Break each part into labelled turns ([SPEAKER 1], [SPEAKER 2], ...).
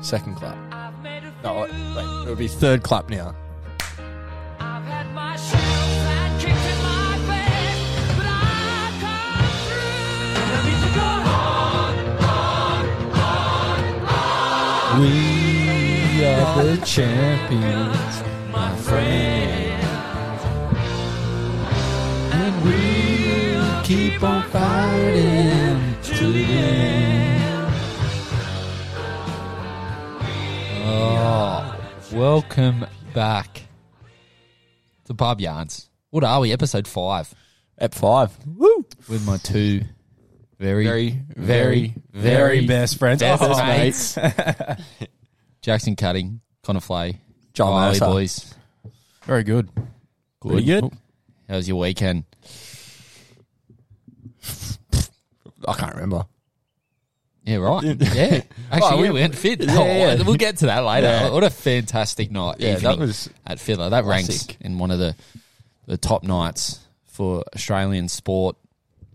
[SPEAKER 1] Second clap. No, wait, it would be third clap now.
[SPEAKER 2] I've had my shells and kicked in my face, but I come through. And I need to go on, on, on, on.
[SPEAKER 1] We are the champions,
[SPEAKER 2] my friend.
[SPEAKER 1] and we keep on fighting
[SPEAKER 2] To the end.
[SPEAKER 1] Oh, welcome back to Pub Yarns. What are we? Episode five
[SPEAKER 3] At five. Woo!
[SPEAKER 1] with my two very,
[SPEAKER 3] Very,
[SPEAKER 1] very,
[SPEAKER 3] very,
[SPEAKER 1] very
[SPEAKER 3] very best friends.
[SPEAKER 1] best
[SPEAKER 3] Oh,
[SPEAKER 1] mates. Jackson Cutting, Connor Flay,
[SPEAKER 3] John
[SPEAKER 1] Wiley
[SPEAKER 3] Mercer.
[SPEAKER 1] boys.
[SPEAKER 3] Very good. Pretty good.
[SPEAKER 1] How was your weekend?
[SPEAKER 3] I can't remember.
[SPEAKER 1] Yeah, right. Yeah. Actually,
[SPEAKER 3] Oh,
[SPEAKER 1] we,
[SPEAKER 3] we-
[SPEAKER 1] yeah, we went fit.
[SPEAKER 3] Yeah,
[SPEAKER 1] Oh,
[SPEAKER 3] yeah.
[SPEAKER 1] We'll get to that later.
[SPEAKER 3] Yeah.
[SPEAKER 1] What a fantastic night
[SPEAKER 3] Yeah,
[SPEAKER 1] evening
[SPEAKER 3] that was
[SPEAKER 1] at Fiddler. That ranks
[SPEAKER 3] classic.
[SPEAKER 1] in one of the, the top nights for Australian sport.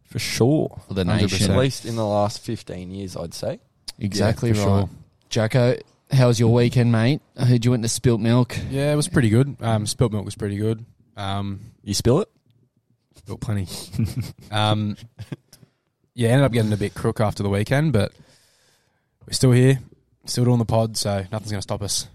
[SPEAKER 3] for sure.
[SPEAKER 1] For the nation.
[SPEAKER 3] At least in the last 15 years, I'd say.
[SPEAKER 1] Exactly
[SPEAKER 4] for
[SPEAKER 1] right.
[SPEAKER 4] sure.
[SPEAKER 1] Jacko, how was your weekend, mate? I heard you went to Spilt Milk.
[SPEAKER 4] Yeah, it was pretty good. Um, spilt milk was pretty good. Um,
[SPEAKER 3] You spill it?
[SPEAKER 4] built plenty. um, yeah, ended up getting a bit crook after the weekend, but we're still here, still doing the pod, so nothing's going to stop us.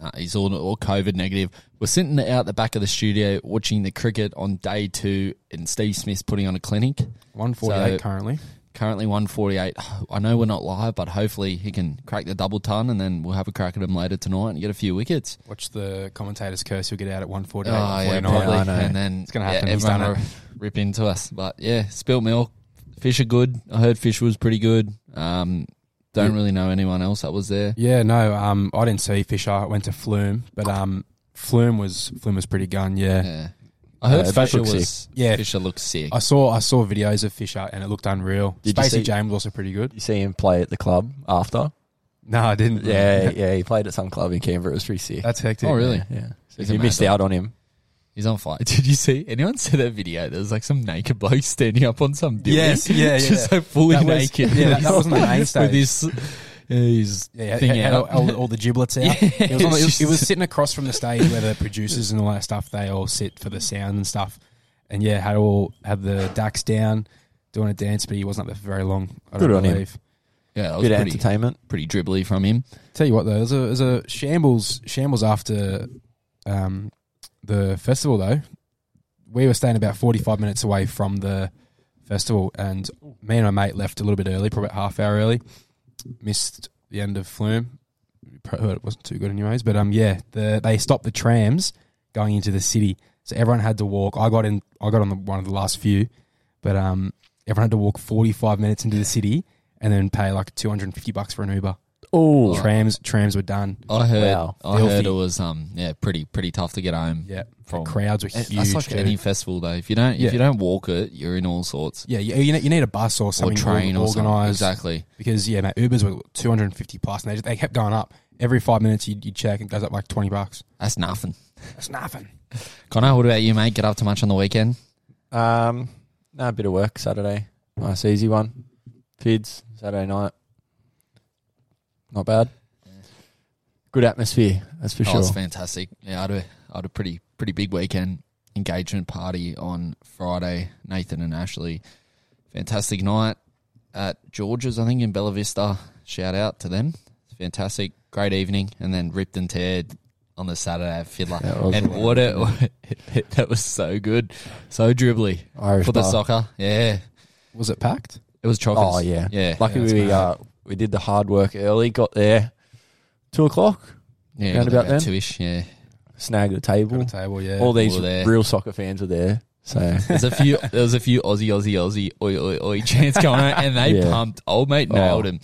[SPEAKER 1] Uh, he's all, all COVID negative. We're sitting out the back of the studio watching the cricket on day two, and Steve Smith's putting on a clinic.
[SPEAKER 4] One forty-eight
[SPEAKER 1] So-
[SPEAKER 4] currently.
[SPEAKER 1] Currently 148. I know we're not live, but hopefully he can crack the double ton, and then we'll have a crack at him later tonight and get a few wickets.
[SPEAKER 4] Watch the commentator's curse. You'll get out at one forty-eight.
[SPEAKER 1] Oh, yeah,
[SPEAKER 4] 49.
[SPEAKER 1] probably.
[SPEAKER 3] I know.
[SPEAKER 1] And then
[SPEAKER 4] It's gonna happen.
[SPEAKER 1] Yeah,
[SPEAKER 4] He's
[SPEAKER 1] everyone
[SPEAKER 4] done
[SPEAKER 1] will rip into us. But yeah, spilt milk. Fish are good. I heard fish was pretty good. Um, don't really know anyone else that was there.
[SPEAKER 4] Yeah, no. Um, I didn't see Fisher. I went to Flume, but um, Flume was Flume was pretty gun. Yeah.
[SPEAKER 1] Yeah. I heard
[SPEAKER 3] Uh,
[SPEAKER 1] Fisher
[SPEAKER 3] Fisher looks
[SPEAKER 1] was.
[SPEAKER 4] Yeah.
[SPEAKER 1] Fisher looks sick. Oh,
[SPEAKER 4] I saw I saw videos of Fisher and it looked unreal.
[SPEAKER 3] Did you
[SPEAKER 4] Spacey
[SPEAKER 3] see-
[SPEAKER 4] James was also pretty good.
[SPEAKER 3] You see him play at the club after?
[SPEAKER 4] No, I didn't.
[SPEAKER 3] Yeah, Uh, yeah. He played at some club in Canberra. It was pretty sick.
[SPEAKER 4] that's hectic.
[SPEAKER 1] Oh, really?
[SPEAKER 3] Yeah. So
[SPEAKER 1] He's
[SPEAKER 3] you
[SPEAKER 1] a
[SPEAKER 3] missed
[SPEAKER 1] mad
[SPEAKER 3] out on him.
[SPEAKER 1] He's on fire. Did you see anyone see that video? There was like some naked bloke standing up on some building.
[SPEAKER 4] Yes, yeah, yeah.
[SPEAKER 1] Just so fully
[SPEAKER 4] That was-
[SPEAKER 1] naked.
[SPEAKER 4] yeah, that- that wasn't the main
[SPEAKER 1] With
[SPEAKER 4] stage.
[SPEAKER 1] his, yeah, his
[SPEAKER 4] Yeah,
[SPEAKER 1] thing
[SPEAKER 4] he had all,
[SPEAKER 1] out.
[SPEAKER 4] all, all the giblets out. It, was on the- it was-
[SPEAKER 1] Yeah.
[SPEAKER 4] it was sitting across from the stage where the producers and all that stuff they all sit for the sound and stuff. And yeah, had all had the ducks down doing a dance, but he wasn't up there for very long. I don't
[SPEAKER 3] Good on him.
[SPEAKER 4] believe.
[SPEAKER 1] yeah, that was
[SPEAKER 3] Bit of
[SPEAKER 1] pretty,
[SPEAKER 3] entertainment.
[SPEAKER 1] pretty dribbly from him.
[SPEAKER 4] Tell you what, though, there's a, there's a shambles shambles after um, the festival. Though we were staying about 45 minutes away from the festival, and me and my mate left a little bit early, probably about half hour early. Missed the end of Flume. Probably heard it wasn't too good, anyways. But um, yeah, the, they stopped the trams going into the city, so everyone had to walk. I got in. I got on the, one of the last few, but um, everyone had to walk 45 minutes into the city and then pay like 250 bucks for an Uber.
[SPEAKER 3] Oh.
[SPEAKER 4] Trams, trams were done.
[SPEAKER 1] I heard.
[SPEAKER 3] Wow.
[SPEAKER 1] I
[SPEAKER 4] Filthy.
[SPEAKER 1] heard it was um yeah pretty pretty tough to get home.
[SPEAKER 4] Yeah,
[SPEAKER 1] From-
[SPEAKER 4] the crowds were
[SPEAKER 1] It's-
[SPEAKER 4] huge.
[SPEAKER 1] That's like
[SPEAKER 4] too.
[SPEAKER 1] any festival though. If you don't
[SPEAKER 4] Yeah.
[SPEAKER 1] if you don't walk it, you're in all sorts.
[SPEAKER 4] yeah, you, you, need, you need a bus or
[SPEAKER 1] Or
[SPEAKER 4] something
[SPEAKER 1] train or something.
[SPEAKER 4] organized
[SPEAKER 1] Exactly.
[SPEAKER 4] because yeah, mate, Ubers were two hundred and fifty plus, and they, just, they kept going up. Every five minutes, you you check, it goes up like twenty bucks.
[SPEAKER 1] That's nothing.
[SPEAKER 4] That's nothing.
[SPEAKER 1] Connor, what about you, mate? Get up to much on the weekend?
[SPEAKER 3] Um, no, a bit of work Saturday. Nice easy one. Kids, Saturday night. Not bad. Good atmosphere, that's for
[SPEAKER 1] oh,
[SPEAKER 3] sure.
[SPEAKER 1] it's fantastic. Yeah, I had a I had a pretty pretty big weekend engagement party on Friday. Nathan and Ashley, fantastic night at George's, I think in Bella Vista. Shout out to them. Fantastic, great evening, and then ripped and teared on the Saturday at Fiddler.
[SPEAKER 3] That was
[SPEAKER 1] and what a that was so good, so dribbly
[SPEAKER 3] Irish
[SPEAKER 1] for the
[SPEAKER 3] bar.
[SPEAKER 1] soccer. Yeah,
[SPEAKER 4] Was it packed?
[SPEAKER 1] it was chockers.
[SPEAKER 3] Oh yeah,
[SPEAKER 1] yeah,
[SPEAKER 3] Lucky
[SPEAKER 4] Yeah, that's
[SPEAKER 3] we
[SPEAKER 4] mad.
[SPEAKER 3] uh, we did the hard work early. Got there two o'clock.
[SPEAKER 1] yeah.
[SPEAKER 3] Round
[SPEAKER 1] got there
[SPEAKER 3] about then?
[SPEAKER 1] two ish. Yeah,
[SPEAKER 3] Snagged a
[SPEAKER 4] Got
[SPEAKER 3] table.
[SPEAKER 4] a table, yeah.
[SPEAKER 3] All these
[SPEAKER 1] All there.
[SPEAKER 3] real soccer fans were there. So
[SPEAKER 1] There's a few. There was a few Aussie, Aussie, Aussie, oi, oi, oi chants going on, and they
[SPEAKER 3] Yeah.
[SPEAKER 1] pumped. Old mate nailed
[SPEAKER 3] Oh.
[SPEAKER 1] him.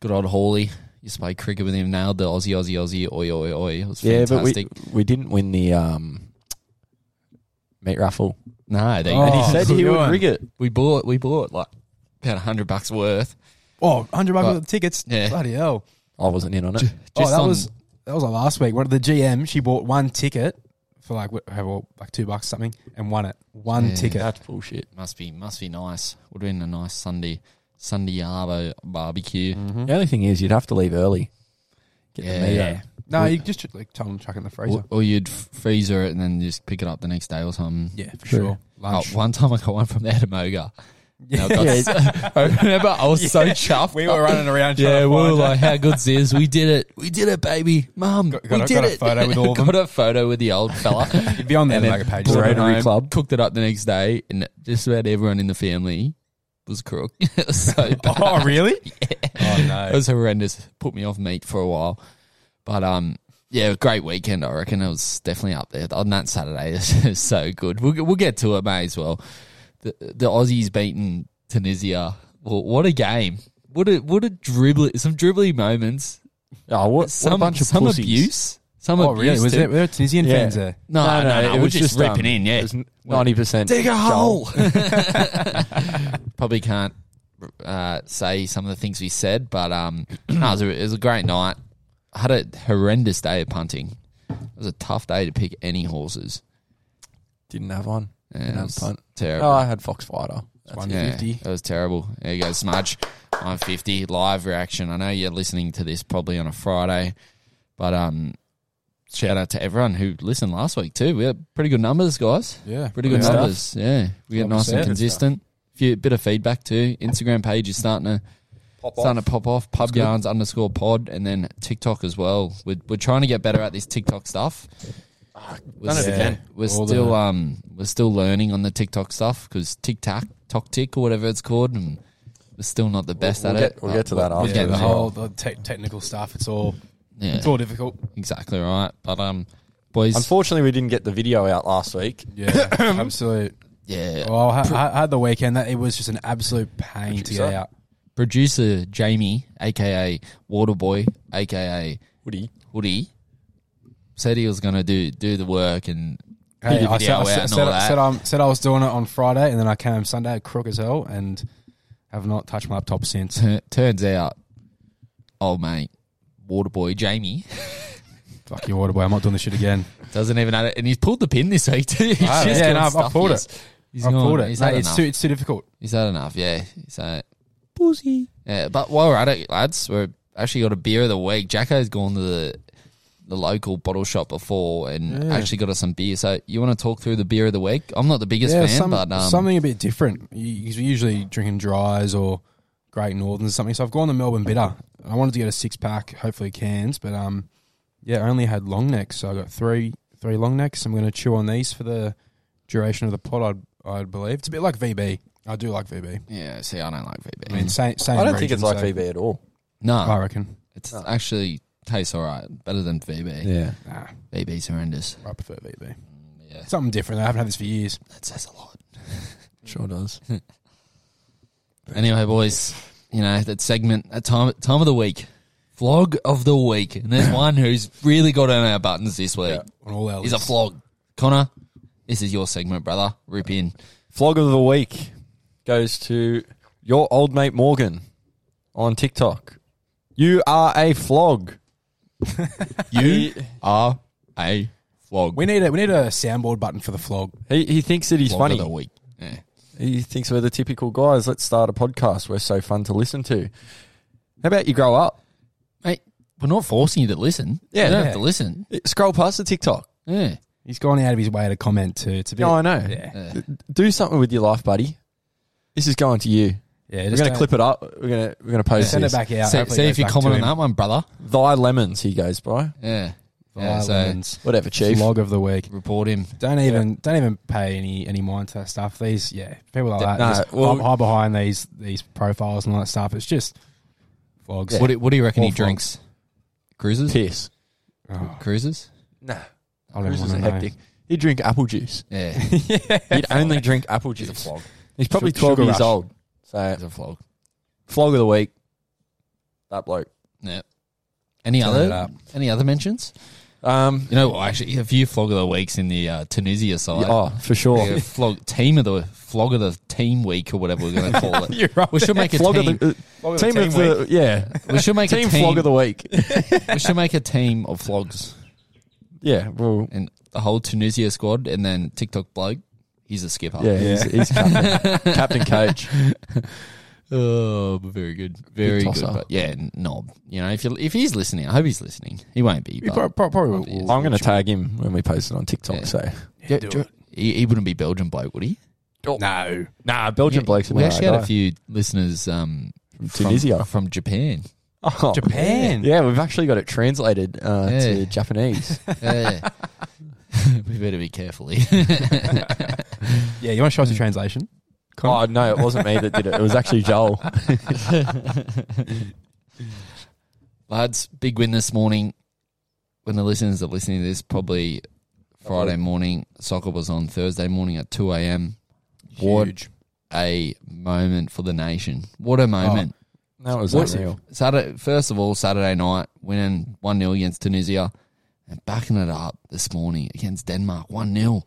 [SPEAKER 1] Good old Hawley. Used to play cricket with him. Nailed the Aussie, Aussie, Aussie, oi, oi, oi. It was
[SPEAKER 3] yeah, but
[SPEAKER 1] fantastic.
[SPEAKER 3] we we didn't win the um, meat raffle.
[SPEAKER 1] no, they,
[SPEAKER 4] Oh.
[SPEAKER 3] Said
[SPEAKER 4] good
[SPEAKER 3] he would
[SPEAKER 4] one.
[SPEAKER 3] rig it.
[SPEAKER 1] we bought we bought like about hundred bucks worth.
[SPEAKER 4] oh, hundred bucks
[SPEAKER 1] But-
[SPEAKER 4] worth of tickets.
[SPEAKER 1] yeah.
[SPEAKER 4] Bloody hell!
[SPEAKER 3] I wasn't in on it.
[SPEAKER 4] Oh,
[SPEAKER 1] Just
[SPEAKER 4] that
[SPEAKER 1] on-
[SPEAKER 4] was that was like last week. One of the GM, she bought one ticket for like what- how- well, like two bucks something, and won it. One
[SPEAKER 1] Yeah.
[SPEAKER 4] ticket.
[SPEAKER 3] That's bullshit.
[SPEAKER 1] Must be must be nice. Would have been a nice Sunday Sunday arvo barbecue.
[SPEAKER 3] Mm-hmm. The only thing is, you'd have to leave early. Get
[SPEAKER 1] Yeah.
[SPEAKER 3] the meat
[SPEAKER 1] Yeah.
[SPEAKER 3] out.
[SPEAKER 4] No, you just like tell them to chuck it in the freezer.
[SPEAKER 1] Or, or you'd f- freezer it and then just pick it up the next day or something.
[SPEAKER 4] yeah, for
[SPEAKER 3] True.
[SPEAKER 4] sure.
[SPEAKER 1] Oh,
[SPEAKER 4] Lunch.
[SPEAKER 1] one time I got one from the Adamoga.
[SPEAKER 4] Yeah.
[SPEAKER 1] I remember I was so chuffed.
[SPEAKER 4] we were running around. Trying
[SPEAKER 1] Yeah,
[SPEAKER 4] to
[SPEAKER 1] we were
[SPEAKER 4] find
[SPEAKER 1] like, "How good's this? We did it! We did it, baby, mum!
[SPEAKER 4] Got- got
[SPEAKER 1] we
[SPEAKER 4] a-
[SPEAKER 1] did
[SPEAKER 4] got a
[SPEAKER 1] it!"
[SPEAKER 4] photo with all of them.
[SPEAKER 1] got a photo with the old fella.
[SPEAKER 4] It'd be on there
[SPEAKER 1] And
[SPEAKER 4] like a
[SPEAKER 1] then
[SPEAKER 4] page.
[SPEAKER 1] brought it
[SPEAKER 3] Rotary
[SPEAKER 1] home,
[SPEAKER 3] Club.
[SPEAKER 1] cooked it up the next day, and just about everyone in the family was crook. it was so bad.
[SPEAKER 4] Oh, really? Oh
[SPEAKER 1] It
[SPEAKER 4] no.
[SPEAKER 1] was horrendous. Put me off meat for a while, but um, yeah, great weekend. I reckon it was definitely up there on that Saturday. It was so good. We'll get- we'll get to it, may as well. The the Aussies beating Tunisia. Well, what a game! What a what a dribble! Some dribbly moments.
[SPEAKER 3] Oh, what,
[SPEAKER 1] Some
[SPEAKER 3] what a bunch of
[SPEAKER 1] some
[SPEAKER 3] pussies.
[SPEAKER 1] abuse. Some
[SPEAKER 4] Oh,
[SPEAKER 1] abuse.
[SPEAKER 4] really? Was
[SPEAKER 1] too.
[SPEAKER 4] there, were there Tunisian
[SPEAKER 3] Yeah.
[SPEAKER 4] fans there?
[SPEAKER 1] No, no, no. it
[SPEAKER 3] it
[SPEAKER 1] was, just, ripping
[SPEAKER 3] um,
[SPEAKER 1] in. Yeah,
[SPEAKER 3] It ninety percent.
[SPEAKER 1] dig a hole. Probably can't uh, say some of the things we said, but um, no, it, was a, it was a great night. I had a horrendous day of punting. It was a tough day to pick any horses.
[SPEAKER 3] Didn't have one.
[SPEAKER 1] Yeah,
[SPEAKER 3] Didn't
[SPEAKER 1] it
[SPEAKER 3] have
[SPEAKER 1] was
[SPEAKER 3] punt.
[SPEAKER 1] terrible.
[SPEAKER 3] Oh, I had Foxfighter.
[SPEAKER 4] one
[SPEAKER 1] yeah,
[SPEAKER 4] fifty.
[SPEAKER 1] it was terrible. There you go, Smudge. 150 live reaction. I know you're listening to this probably on a Friday, but um, shout out to everyone who listened last week too. We had pretty good numbers, guys.
[SPEAKER 4] Yeah,
[SPEAKER 1] Pretty good
[SPEAKER 3] Yeah.
[SPEAKER 1] numbers. Yeah. We get
[SPEAKER 4] Obviously,
[SPEAKER 1] nice and
[SPEAKER 4] yeah.
[SPEAKER 1] consistent. Few bit of feedback too. Instagram page is starting to starting to pop off. Pub yarns underscore pod and then TikTok as well. We're we're trying to get better at this TikTok stuff.
[SPEAKER 3] Ah,
[SPEAKER 1] We're,
[SPEAKER 4] none of it
[SPEAKER 1] s-
[SPEAKER 4] can.
[SPEAKER 1] we're
[SPEAKER 4] All
[SPEAKER 1] still
[SPEAKER 4] the-
[SPEAKER 1] um we're still learning on the TikTok stuff because TikTok, Tok Tick or whatever it's called, and we're still not the best
[SPEAKER 3] we'll
[SPEAKER 1] at
[SPEAKER 3] get-
[SPEAKER 1] it.
[SPEAKER 3] we'll
[SPEAKER 1] but
[SPEAKER 3] get to that
[SPEAKER 1] we're
[SPEAKER 3] after
[SPEAKER 4] Yeah,
[SPEAKER 1] getting
[SPEAKER 4] the
[SPEAKER 3] Yeah.
[SPEAKER 1] there.
[SPEAKER 4] whole the te- technical stuff. It's all
[SPEAKER 1] Yeah,
[SPEAKER 4] it's all difficult.
[SPEAKER 1] exactly right. But um, boys,
[SPEAKER 3] Unfortunately, we didn't get the video out last week.
[SPEAKER 4] Yeah, absolute.
[SPEAKER 1] yeah,
[SPEAKER 4] Well, I, I had the weekend that it was just an absolute pain to
[SPEAKER 3] Producer?
[SPEAKER 4] get out.
[SPEAKER 1] producer Jamie, aka Waterboy, aka
[SPEAKER 3] Woody.
[SPEAKER 1] Woody said he was going to do do the work and
[SPEAKER 4] Hey,
[SPEAKER 1] do the
[SPEAKER 4] I said,
[SPEAKER 1] video
[SPEAKER 4] I
[SPEAKER 1] out
[SPEAKER 4] said,
[SPEAKER 1] and
[SPEAKER 4] said,
[SPEAKER 1] all that.
[SPEAKER 4] said, I'm, said I was doing it on Friday, and then I came Sunday crook as hell, and have not touched my laptop since.
[SPEAKER 1] Tur- turns out, oh mate, Waterboy Jamie
[SPEAKER 4] Fuck you, water boy. I'm not doing this shit again.
[SPEAKER 1] doesn't even have it, and he's pulled the pin this week too. He's
[SPEAKER 4] Ah,
[SPEAKER 1] just
[SPEAKER 4] yeah,
[SPEAKER 1] gone
[SPEAKER 4] no, I've- I've
[SPEAKER 1] stuff
[SPEAKER 4] pulled
[SPEAKER 1] yes. He's
[SPEAKER 4] I
[SPEAKER 1] gone,
[SPEAKER 4] pulled it.
[SPEAKER 1] He's
[SPEAKER 4] No,
[SPEAKER 1] had
[SPEAKER 4] it's
[SPEAKER 1] enough.
[SPEAKER 4] too it's too difficult.
[SPEAKER 1] he's had enough. Yeah, so pussy. Yeah, but while we're at it, lads, we're actually got a beer of the week. Jacko's gone to the the local bottle shop before and actually got us some beer. So you want to talk through the beer of the week? I'm not the biggest fan,
[SPEAKER 4] some-
[SPEAKER 1] but um,
[SPEAKER 4] something a bit different. Because we're usually drinking dries or Great Northerns or something. So I've gone the Melbourne Bitter. I wanted to get a six pack, hopefully cans, but um, yeah, I only had long necks, so I got three three long necks. I'm going to chew on these for the duration of the pod. I I believe it's a bit like VB. I do like VB.
[SPEAKER 1] yeah. See, I don't like VB.
[SPEAKER 4] I mean, same. same
[SPEAKER 3] I don't
[SPEAKER 4] region,
[SPEAKER 3] think it's like
[SPEAKER 4] so-
[SPEAKER 3] VB at all.
[SPEAKER 1] no,
[SPEAKER 4] I reckon.
[SPEAKER 1] It's
[SPEAKER 3] Oh.
[SPEAKER 1] actually tastes all right, better than VB.
[SPEAKER 3] Yeah.
[SPEAKER 4] Nah,
[SPEAKER 1] VB's horrendous.
[SPEAKER 4] I prefer VB.
[SPEAKER 1] Yeah,
[SPEAKER 4] Something different. I haven't had this for years.
[SPEAKER 1] that says a lot.
[SPEAKER 3] Sure does.
[SPEAKER 1] Anyway, boys, you know that segment, that time, time of the week, vlog of the week, and there's one who's really got on our buttons this week.
[SPEAKER 4] On all our
[SPEAKER 1] He's a
[SPEAKER 4] lists.
[SPEAKER 1] flog, Connor. This is your segment, brother. Rip in.
[SPEAKER 3] Flog of the week goes to your old mate Morgan on TikTok. You are a flog.
[SPEAKER 1] You are a flog.
[SPEAKER 4] We need a we need a soundboard button for the flog.
[SPEAKER 3] He he thinks that he's
[SPEAKER 1] Flog
[SPEAKER 3] funny.
[SPEAKER 1] of the week. Yeah.
[SPEAKER 3] He thinks we're the typical guys. Let's start a podcast. We're so fun to listen to. How about you grow up?
[SPEAKER 1] Mate, we're not forcing you to listen.
[SPEAKER 3] Yeah,
[SPEAKER 1] you don't
[SPEAKER 3] yeah.
[SPEAKER 1] have to listen.
[SPEAKER 3] Eh, Scroll past the TikTok.
[SPEAKER 1] Yeah,
[SPEAKER 4] He's gone out of his way to comment too. It's a bit.
[SPEAKER 3] Yeah, I know.
[SPEAKER 1] yeah.
[SPEAKER 3] Do something with your life, buddy. This is going to you.
[SPEAKER 4] Yeah,
[SPEAKER 3] We're
[SPEAKER 4] just
[SPEAKER 3] going to
[SPEAKER 4] don't-
[SPEAKER 3] clip it up. We're going to we're going to post
[SPEAKER 4] Send
[SPEAKER 3] this.
[SPEAKER 4] it back out.
[SPEAKER 1] See,
[SPEAKER 4] Hopefully
[SPEAKER 1] see
[SPEAKER 4] it
[SPEAKER 1] if
[SPEAKER 4] goes
[SPEAKER 1] you
[SPEAKER 4] back
[SPEAKER 1] comment
[SPEAKER 4] to
[SPEAKER 1] on
[SPEAKER 4] him.
[SPEAKER 1] that one, brother.
[SPEAKER 3] Thy lemons, he goes by.
[SPEAKER 1] Yeah, yeah.
[SPEAKER 4] Violet
[SPEAKER 1] So
[SPEAKER 4] Lemons.
[SPEAKER 3] Whatever, chief.
[SPEAKER 4] Vlog of the week.
[SPEAKER 1] report him.
[SPEAKER 4] Don't even don't even pay any any mind to that stuff. These yeah, people like that
[SPEAKER 3] No,
[SPEAKER 4] just
[SPEAKER 3] well-
[SPEAKER 4] hide- hide behind these these profiles and all that stuff. It's just vlogs.
[SPEAKER 1] What, do, what do you reckon
[SPEAKER 4] Or
[SPEAKER 1] he
[SPEAKER 4] frogs.
[SPEAKER 1] drinks? Cruises?
[SPEAKER 3] Piss.
[SPEAKER 4] Oh,
[SPEAKER 1] Cruises?
[SPEAKER 3] Nah.
[SPEAKER 4] I don't
[SPEAKER 3] This
[SPEAKER 4] even
[SPEAKER 3] is
[SPEAKER 4] want to know.
[SPEAKER 3] hectic. He'd drink apple juice.
[SPEAKER 1] Yeah.
[SPEAKER 3] He'd only drink apple
[SPEAKER 1] He's a
[SPEAKER 3] juice.
[SPEAKER 1] flog.
[SPEAKER 3] He's probably
[SPEAKER 4] Sugar
[SPEAKER 3] 12 years
[SPEAKER 4] rush.
[SPEAKER 3] old. So,
[SPEAKER 1] He's a flog.
[SPEAKER 3] flog of the week. That bloke.
[SPEAKER 1] Yeah. Any
[SPEAKER 4] Turn
[SPEAKER 1] other
[SPEAKER 4] it up.
[SPEAKER 1] any other mentions?
[SPEAKER 3] Um,
[SPEAKER 1] You know, what, actually, a few flog of the weeks in the uh, Tunisia side.
[SPEAKER 3] oh, for sure.
[SPEAKER 1] Yeah, flog team of the flog of the team week or whatever we're going to call it.
[SPEAKER 4] You're right.
[SPEAKER 1] We should make a
[SPEAKER 3] Flog
[SPEAKER 1] team.
[SPEAKER 3] of the, uh, team, of the, yeah.
[SPEAKER 1] we should make
[SPEAKER 3] team
[SPEAKER 1] a team.
[SPEAKER 3] flog of the week.
[SPEAKER 1] we should make a team of flogs
[SPEAKER 3] Yeah, well,
[SPEAKER 1] and the whole Tunisia squad, and then TikTok bloke. He's a skipper.
[SPEAKER 3] yeah, he's, he's captain, captain coach.
[SPEAKER 1] Oh, but very good, very good.
[SPEAKER 3] tosser.
[SPEAKER 1] But yeah, knob. You know, if you if he's listening, I hope he's listening. He won't be.
[SPEAKER 4] You
[SPEAKER 1] But
[SPEAKER 4] prob- prob- probably will-
[SPEAKER 1] obvious.
[SPEAKER 4] will-
[SPEAKER 3] I'm going to tag him when we post it on TikTok.
[SPEAKER 1] Yeah.
[SPEAKER 3] So
[SPEAKER 1] Yeah, do you- he, he wouldn't be Belgian bloke, would he?
[SPEAKER 4] No.
[SPEAKER 3] nah, Belgian
[SPEAKER 1] Yeah,
[SPEAKER 3] blokes.
[SPEAKER 1] We actually had a few listeners um,
[SPEAKER 3] from
[SPEAKER 1] from-
[SPEAKER 3] Tunisia.
[SPEAKER 1] from Japan.
[SPEAKER 3] Oh.
[SPEAKER 4] Japan.
[SPEAKER 3] Yeah, we've actually got it translated uh,
[SPEAKER 1] Yeah.
[SPEAKER 3] to Japanese.
[SPEAKER 1] Yeah. we better be careful. here.
[SPEAKER 4] Yeah, you want to show us the translation?
[SPEAKER 3] oh no, it wasn't me that did it. It was actually Joel.
[SPEAKER 1] Lads, big win this morning. When the listeners are listening to this, probably Friday morning. Soccer was on Thursday morning at 2 a.m. What
[SPEAKER 4] Huge.
[SPEAKER 1] a moment for the nation. What a moment.
[SPEAKER 3] That was
[SPEAKER 1] What's-
[SPEAKER 3] unreal.
[SPEAKER 1] Saturday, first of all, Saturday night, winning 1 0 against Tunisia and backing it up this morning against Denmark 1 0.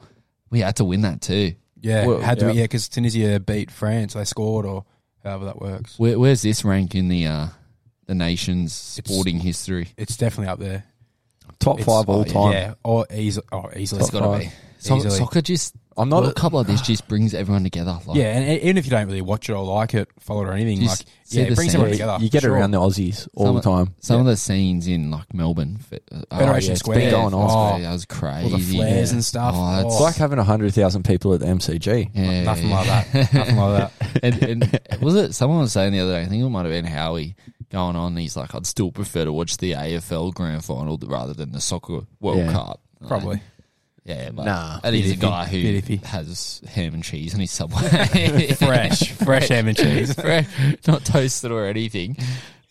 [SPEAKER 1] We had to win that too.
[SPEAKER 4] Yeah,
[SPEAKER 3] Well,
[SPEAKER 4] had to
[SPEAKER 3] yeah.
[SPEAKER 4] yeah, because Tunisia beat France, they scored or however that works.
[SPEAKER 1] Where, where's this rank in the uh, the nation's sporting history?
[SPEAKER 4] It's definitely up there.
[SPEAKER 3] Top
[SPEAKER 4] It's-
[SPEAKER 3] five all
[SPEAKER 1] oh, yeah.
[SPEAKER 3] time.
[SPEAKER 4] Yeah, or easily, oh, easily.
[SPEAKER 1] It's got to be. So-
[SPEAKER 4] Easily.
[SPEAKER 1] soccer just
[SPEAKER 3] I'm
[SPEAKER 1] Not
[SPEAKER 3] not.
[SPEAKER 1] World Cup like this just brings everyone together. Like,
[SPEAKER 4] Yeah, and e-, even if you don't really watch it or like it, follow it or anything,
[SPEAKER 1] Just
[SPEAKER 4] like
[SPEAKER 1] see
[SPEAKER 4] yeah,
[SPEAKER 1] the
[SPEAKER 4] it brings
[SPEAKER 1] same.
[SPEAKER 4] everyone
[SPEAKER 1] Yeah,
[SPEAKER 4] together.
[SPEAKER 3] you get
[SPEAKER 4] sure.
[SPEAKER 3] around the Aussies all
[SPEAKER 1] Some
[SPEAKER 3] the time.
[SPEAKER 1] Some of the scenes in like Melbourne, Fe- uh, oh,
[SPEAKER 4] Federation
[SPEAKER 1] it's
[SPEAKER 4] Square.
[SPEAKER 1] been going on.
[SPEAKER 4] Oh.
[SPEAKER 1] that was
[SPEAKER 4] all
[SPEAKER 1] crazy.
[SPEAKER 4] the flares
[SPEAKER 1] yeah.
[SPEAKER 4] and stuff.
[SPEAKER 1] Oh, that's-
[SPEAKER 3] It's like having hundred thousand people at the MCG.
[SPEAKER 1] Yeah,
[SPEAKER 4] nothing
[SPEAKER 1] yeah.
[SPEAKER 4] like that. Nothing like that.
[SPEAKER 1] and, and was it someone was saying the other day? I think it might have been Howie going on. He's like, I'd still prefer to watch the AFL Grand Final rather than the Soccer World
[SPEAKER 3] Yeah.
[SPEAKER 1] Cup. Like,
[SPEAKER 4] Probably.
[SPEAKER 1] yeah, but
[SPEAKER 3] Nah,
[SPEAKER 1] that is a
[SPEAKER 4] bit iffy,
[SPEAKER 1] guy who
[SPEAKER 4] bit iffy.
[SPEAKER 1] has ham and cheese on his subway,
[SPEAKER 4] Fresh, fresh ham and cheese.
[SPEAKER 1] Fresh, not toasted or anything.